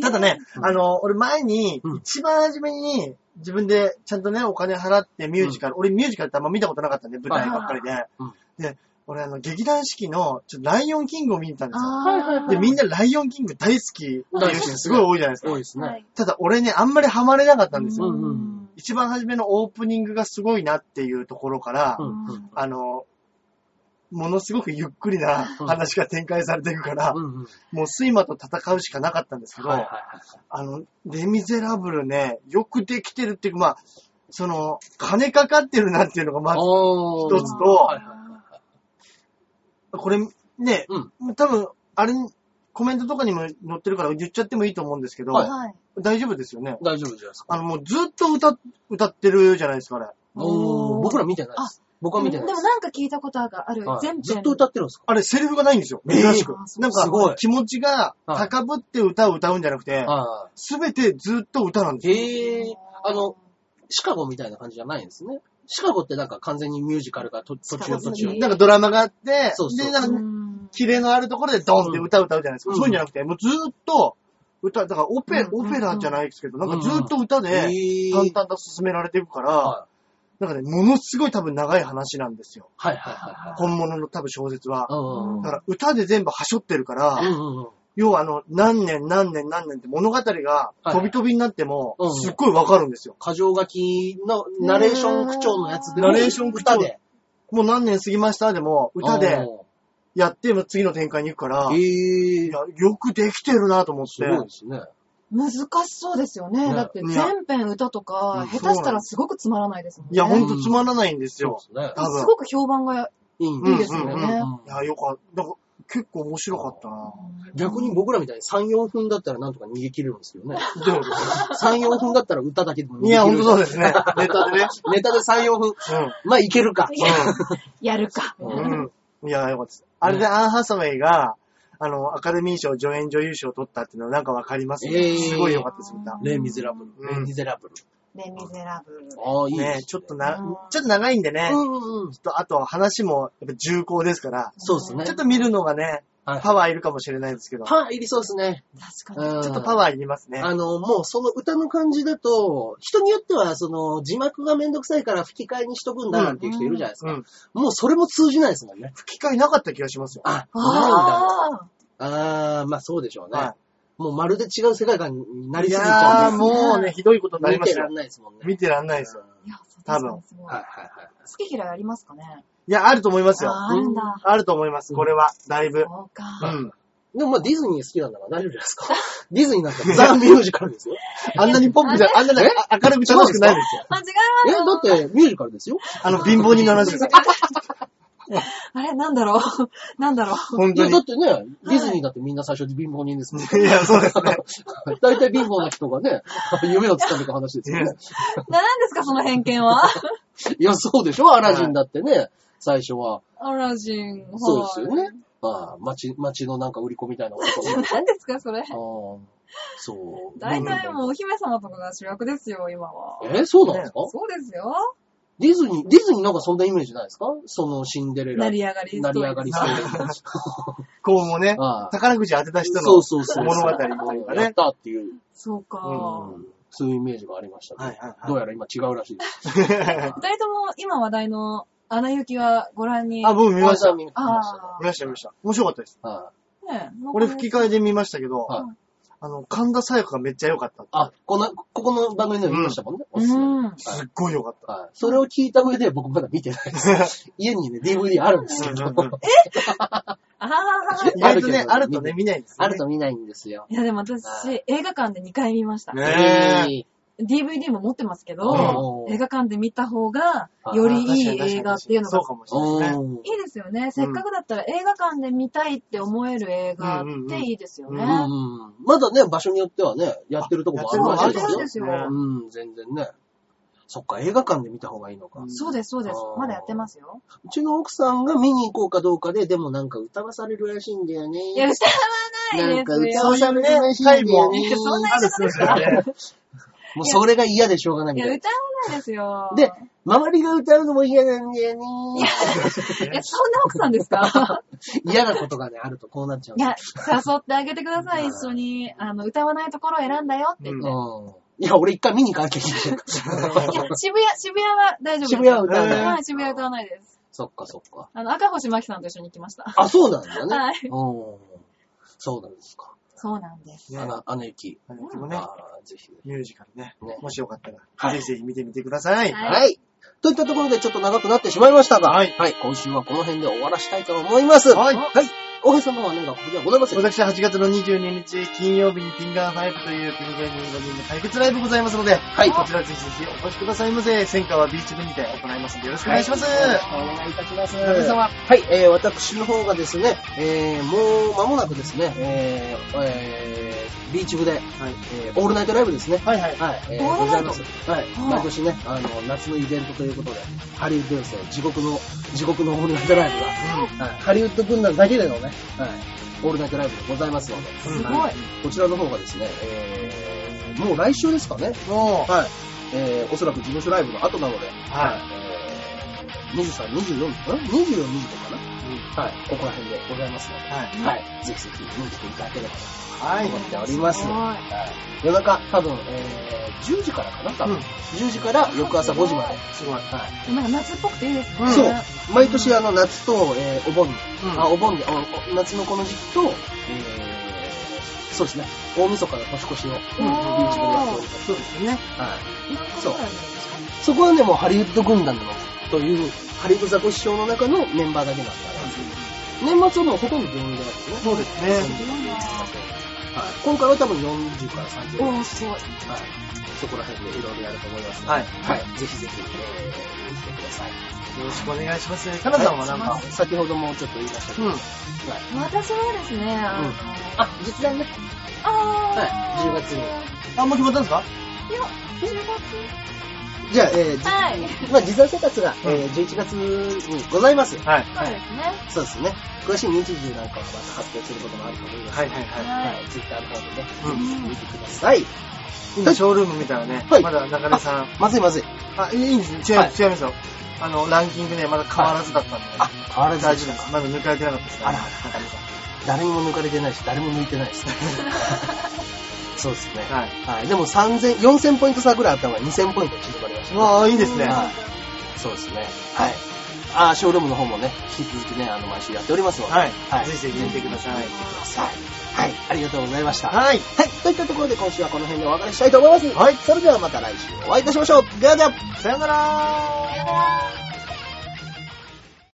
ただね、
うん
あの、俺前に
うん、
一番初めに、自分でちゃんとね、お金払ってミュージカル、俺ミュージカルってあんま見たことなかったんで、舞台ばっかりで。
うん
で、俺あの、劇団四季の、ちょっとライオンキングを見に行ったんですよ。
あー
はいはいは
で、
い
みんなライオンキング大好きっていう人すごい多いじゃないです
多い
か。
ですね。
はい
ただ俺ね、あんまりハマれなかったんですよ。
うんうん
一番初めのオープニングがすごいなっていうところから、
うんうん
あの、ものすごくゆっくりな話が展開されていくから、
うんうん。
もう睡魔と戦うしかなかったんですけど、
はいはいはい。
あの、レミゼラブルね、よくできてるっていうか、まあ、その、金かかってるなっていうのが、まず、
おー
一つと
はいはいはい
これ、ね、
うん
多分、あれ、コメントとかにも載ってるから言っちゃってもいいと思うんですけど、
はい
はい。
大丈夫ですよね。
大丈夫じゃないですか。
あの、もうずっと歌、歌ってるじゃないですか、あれ。
おー僕ら見てないです。僕は見てない
で
で
も
す。
なんか聞いたことがある。
はい
全編。
ずっと歌ってるんですか
あれ、セリフがないんですよ。珍しく。
えー
なん
すご
か
い、
気持ちが高ぶって歌を歌うんじゃなくて、
は
すべてずっと歌なんです
い。
よ。
へー。あの、シカゴみたいな感じじゃないんですね。シカゴってなんか完全にミュージカルがと途中途中
へー。
なんかドラマがあって、
そうそう
で、なん
う
か
ん
キレのあるところでドンって歌う歌うじゃないですか。
うん
そういうんじゃなくて、もうずーっと歌、だからオペ,、
うんうんうん
オペラじゃないですけど、なんかずーっと歌で、
へー
淡々と進められていくから、
は
なんかね、ものすごい多分長い話なんですよ。
いはいはいはい
本物の多分小説は。
はい。うんうんうん
だから歌で全部はしょってるから、
うんうんうん。
要はあの、何年何年何年って物語が
はい
飛び飛びになっても
うんう、ん
すっごいわかるんですよ。
過剰書きのナレーション口調のやつでも、
ナレーション口調
歌で。
もう何年過ぎましたでも、歌で
お
やっても次の展開に行くから、
ー。
い
へー。
やよくできてるなと思っ
す
て。
ごいですね。
難しそうですよね。
ね
だって
いや
全編歌とか、
うん
下手したらすごくつまらないですもんね。
いや、ほ
ん
んとつまらないんですよ。
そうですね。
多分
すごく評判が、
いいん
いい
で
ですす
ね
よね。
う
い
ん
や、よかった。なんか結構面白かったな。
逆に僕らみたいに3、4分だったらなんとか逃げ切れるんですけどね。
どういうこ
3、4分だったら歌だけでも逃
とい
げ切れ
や、
る。
ほんとそうですね。ネタでね。
ネタで3、4分。まあ、いけるか。
やるか。
う
うん。うん。いや、よかったです。あれでアン・ハサウェイが、あの、アカデミー賞助演女優賞を取ったっていうのはなんかわかります
え
ね。
ー
すごいよかったです、みんな。
レ・ミゼラブル。
うん
レ・ミゼラブル。
レミゼラブル。
ああ、いいです
ねちょっとな、ちょっと長いんでね。
う
ちょ
んうんうん。
っと、あと話も、やっぱ重厚ですから、
そうですね。
ちょっと見るのがね、
はい、
パワーいるかもしれないですけど、ちょ
パンいりそうですね。
確かに。
うん。
っとパワーいりますね。
あの、もうその歌の感じだと、人によっては、その、字幕がめんどくさいから吹き替えにしとくんだなんていう人いるじゃないです
う
か。
ん。
もうそれも通じないですもんね。
吹き替えなかった気がしますよ。
あ、なんだ。
ああ。
あー、まあそうでしょうね。
は
もうまるで違う世界観になり
い
すぎち
や
ゃう
ー、
んで
もうね、ひどいことになり
見
ましてた
ら
よ
ん。ないですもんね。
見てらんないですよ。
いや、そう
多
確
分
かにすごい。
はい
好
はいはい。
き嫌いありますかね
いや、あると思いますよ。
あーあるんだ。
あると思います。これは、だいぶ。
そう
う
か。
ん。
でもまあディズニー好きなんだから大丈夫じゃないですか。ディズニーなんかザ・ミュージカルですよ。
あんなにポップじゃ、あんなにあ明るく楽しくないですよ。
あ、違い
え、
ます
だってミュージカルですよ。
あの、貧乏人の話です。
あれなんだろうなんだろう
本
い
当
や、だ
に
っ。てね、ディズニーだってみんな最初貧乏人ですもん。
いや、そうですね。
大体貧乏な人がね、夢をつかめた話ですよね。
何ですか、その偏 見は
いや、そうでしょアラジンだってね、最初は。
アラジン。
そうですよ
はい
ね。ああ、町、町のなんか売り子みたいな男 が。
何ですか、それ。
ああ、そう。
大体もうお姫様とかが主役ですよ、今は。
えーそうなんですか
そうですよ。
ディズニー、ディズニーなんかそんなイメージないですかそのシンデレラ。
成り上がりスト
成
ーリ
り
ー
上がりストーリー。
こうもね、
ああ
宝くじ当てた人
そ
の
うそうそう。
物語もいうか
やっ
ね。
たっていう、
そうか。
うんそういうイメージがありました
はい
ね
はいはい。
どうやら今違うらしいです。
二人とも今話題のアナ雪はご覧に。
あ、僕 見ました。見
見ましたね。
あー
ました、見ました。面白かったです。
あ
ねえ
俺吹き替えで見ましたけど、
はい
あの、神田沙也加がめっちゃ良かった。
あ、この、ここの番組でも言いましたもんね。おすすめ
うん
はい
すっごい良かった。
はい。それを聞いた上で僕まだ見てないです。家にね、DVD あるんですけど。
ああ。
意外とね、あるとね、見ないんですよ、ね。
あると見ないんですよ。
いやでも私
はい、
映画館で2回見ました。
ねえ
DVD も持ってますけど
う、ん
映画館で見た方が、
はい
よりいい映画っていうの
そう
が
かもしれ
お
ないですね。
ー
いいですよね。せっかくだったら映画館で見たいって思える映画っていいですよね。
うん
うんうんまだね、場所によってはね、やってるとこも
や
あるら
っ
してい
る
で
とこ
す
もある
よ
ん。です
うん、全然ね。そっか、映画館で見た方がいいのか。
うん
そうです、そうです
あ。ー
まだやってますよ。
うちの奥さんが見に行こうかどうかで、でもなんか歌わされるらしいんだよね。
いや、歌わない
な
で
んか
す
歌
よ。
わされるらしいんだよね。
そういう回も
あるそうですよね。
もうそれが嫌でしょうがない
い
み
や、
たいな。
歌わないですよ。
で、周りが歌うのも嫌なんだよね。
いや、そんな奥さんで すか
嫌なことがね、あるとこうなっちゃう。
いや、誘ってあげてください、一緒に。あの、歌わないところを選んだよって言って。
う
うんん
いや、俺一回見に行かなきゃいけ ない。
いや、渋谷、渋谷は大丈夫です。
渋谷は歌
わない
はい、渋谷は歌わないです。
そっかそっか。
あの、赤星真希さんと一緒に行きました。
あ、そうなんだね。
はい
うんそうなんですか。
そうなんです。
あの、あの駅。
あのでもね、
あーぜひ。
ミュージカルね
ね。
もしよかったら、
はい
ぜひぜひ見てみてください。
はい
はい。といったところでちょっと長くなってしまいましたが、
はい
今週はこの辺で終わらしたいと思います。
はい
はい。おへ様は何かここではございません。
私は8月の22日、金曜日にピンガー5という国芸人5人の対決ライブございますので、
はい。
こちらぜひぜひお越しくださいませ。戦火はビーチ部にて行いますのでよろしくお願いします。
はいお願いいたします。
皆様、
はい、えー、私の方がですね、えー、もう間もなくですね、えー、えー、ビーチ部で、
はい。
えー、オールナイトライブですね。
はいはい。
はい、え
オ
ー、
ー
ご
ル
ざい
ナイト
ます。はい、
うん
毎年ね、あの、夏のイベントということで、ハリウッドですね、地獄の、地獄のオールナイトライブが、はい、ハリウッド軍団だけでのね、はい、オールナイトライブでございますので、
すごい。
はこちらの方がですね、えー、もう来週ですかね、
もう、
はい、えー、おそらく事務所ライブの後なので、、
はい
えー、23、24、ん ?24、25かなはい、ここら辺でございますので、
はい。
はい、ぜひぜひ見に来ていただければ
は
と
い
思。っております
す
ので、
ごい
はい、夜中、多分、えー、10時からかな、多分、
うん
10時から翌朝5時まで。
すごい。
はい
なんか夏っぽくていいですね。
そう毎年あの夏と、えーお盆に、
うん
あ、お盆に、あお夏のこの時期と、えー、そうですね、大晦日の年越しのビーチ
お
部でやっておりま
ー。
す。
そうですよね。
はい
何個ぐらいですか
そこはね、もうハリウッド軍団の、という、ハリウッドザコシショウの中のメンバーだけなんだから、年末はもうほとんど全員でないですね。
そうですね。
すごいな
はい、今回は多分40から30
お
はい、
ー、すごい。
そこら辺でいろいろやると思いますので、
はい。
はい、ぜひぜひ、えー、見てください。
よろしくお願いします。かなさんはなん
は
か
い、先ほどもちょっと言いましたけ
う
ど、
ん。
私はですね、あの
うん、あ、実弾ね、
あー、
はい10月に
あ、もう決まったんですか
いや、10
じゃあ、えー、
月はい。
じまあ、実弾生活が、
うん
えー、11月にございます。
はい。
そうですね。
そうですね。詳しい日時なんかはまた発表することもあると思います。
はいはいはい。
はい。
ツイッターの方でね、
うん
見てください。
今、ショールーム見たらね、
はい
まだ中根さん、
まずいまずい。
あ、いいいんですね。違います、違いますよ。あの、ランキングね、まだ変わらずだったんで、
あ、変わらず
大丈夫です。まだ抜かれてなかったですね。
あらあら
中根さん
誰にも抜かれてないし、誰も抜いてないですね。 そうですね。
はい。
はい。でも3000、4000ポイント差ぐらいあったのが2000ポイントに縮まりました、
うわあ、いいですね。
は。
はい
そうですね。はい。あー、ショールームの方もね、引き続きね、あの、毎週やっておりますので。
い。
はい。
ぜひぜひ見てください。
ください。はい。ありがとうございました。はい。
はい。
といったところで今週はこの辺でお別れしたいと思います。
はい
それではまた来週お会いいたしましょう。ではでは。
さよなら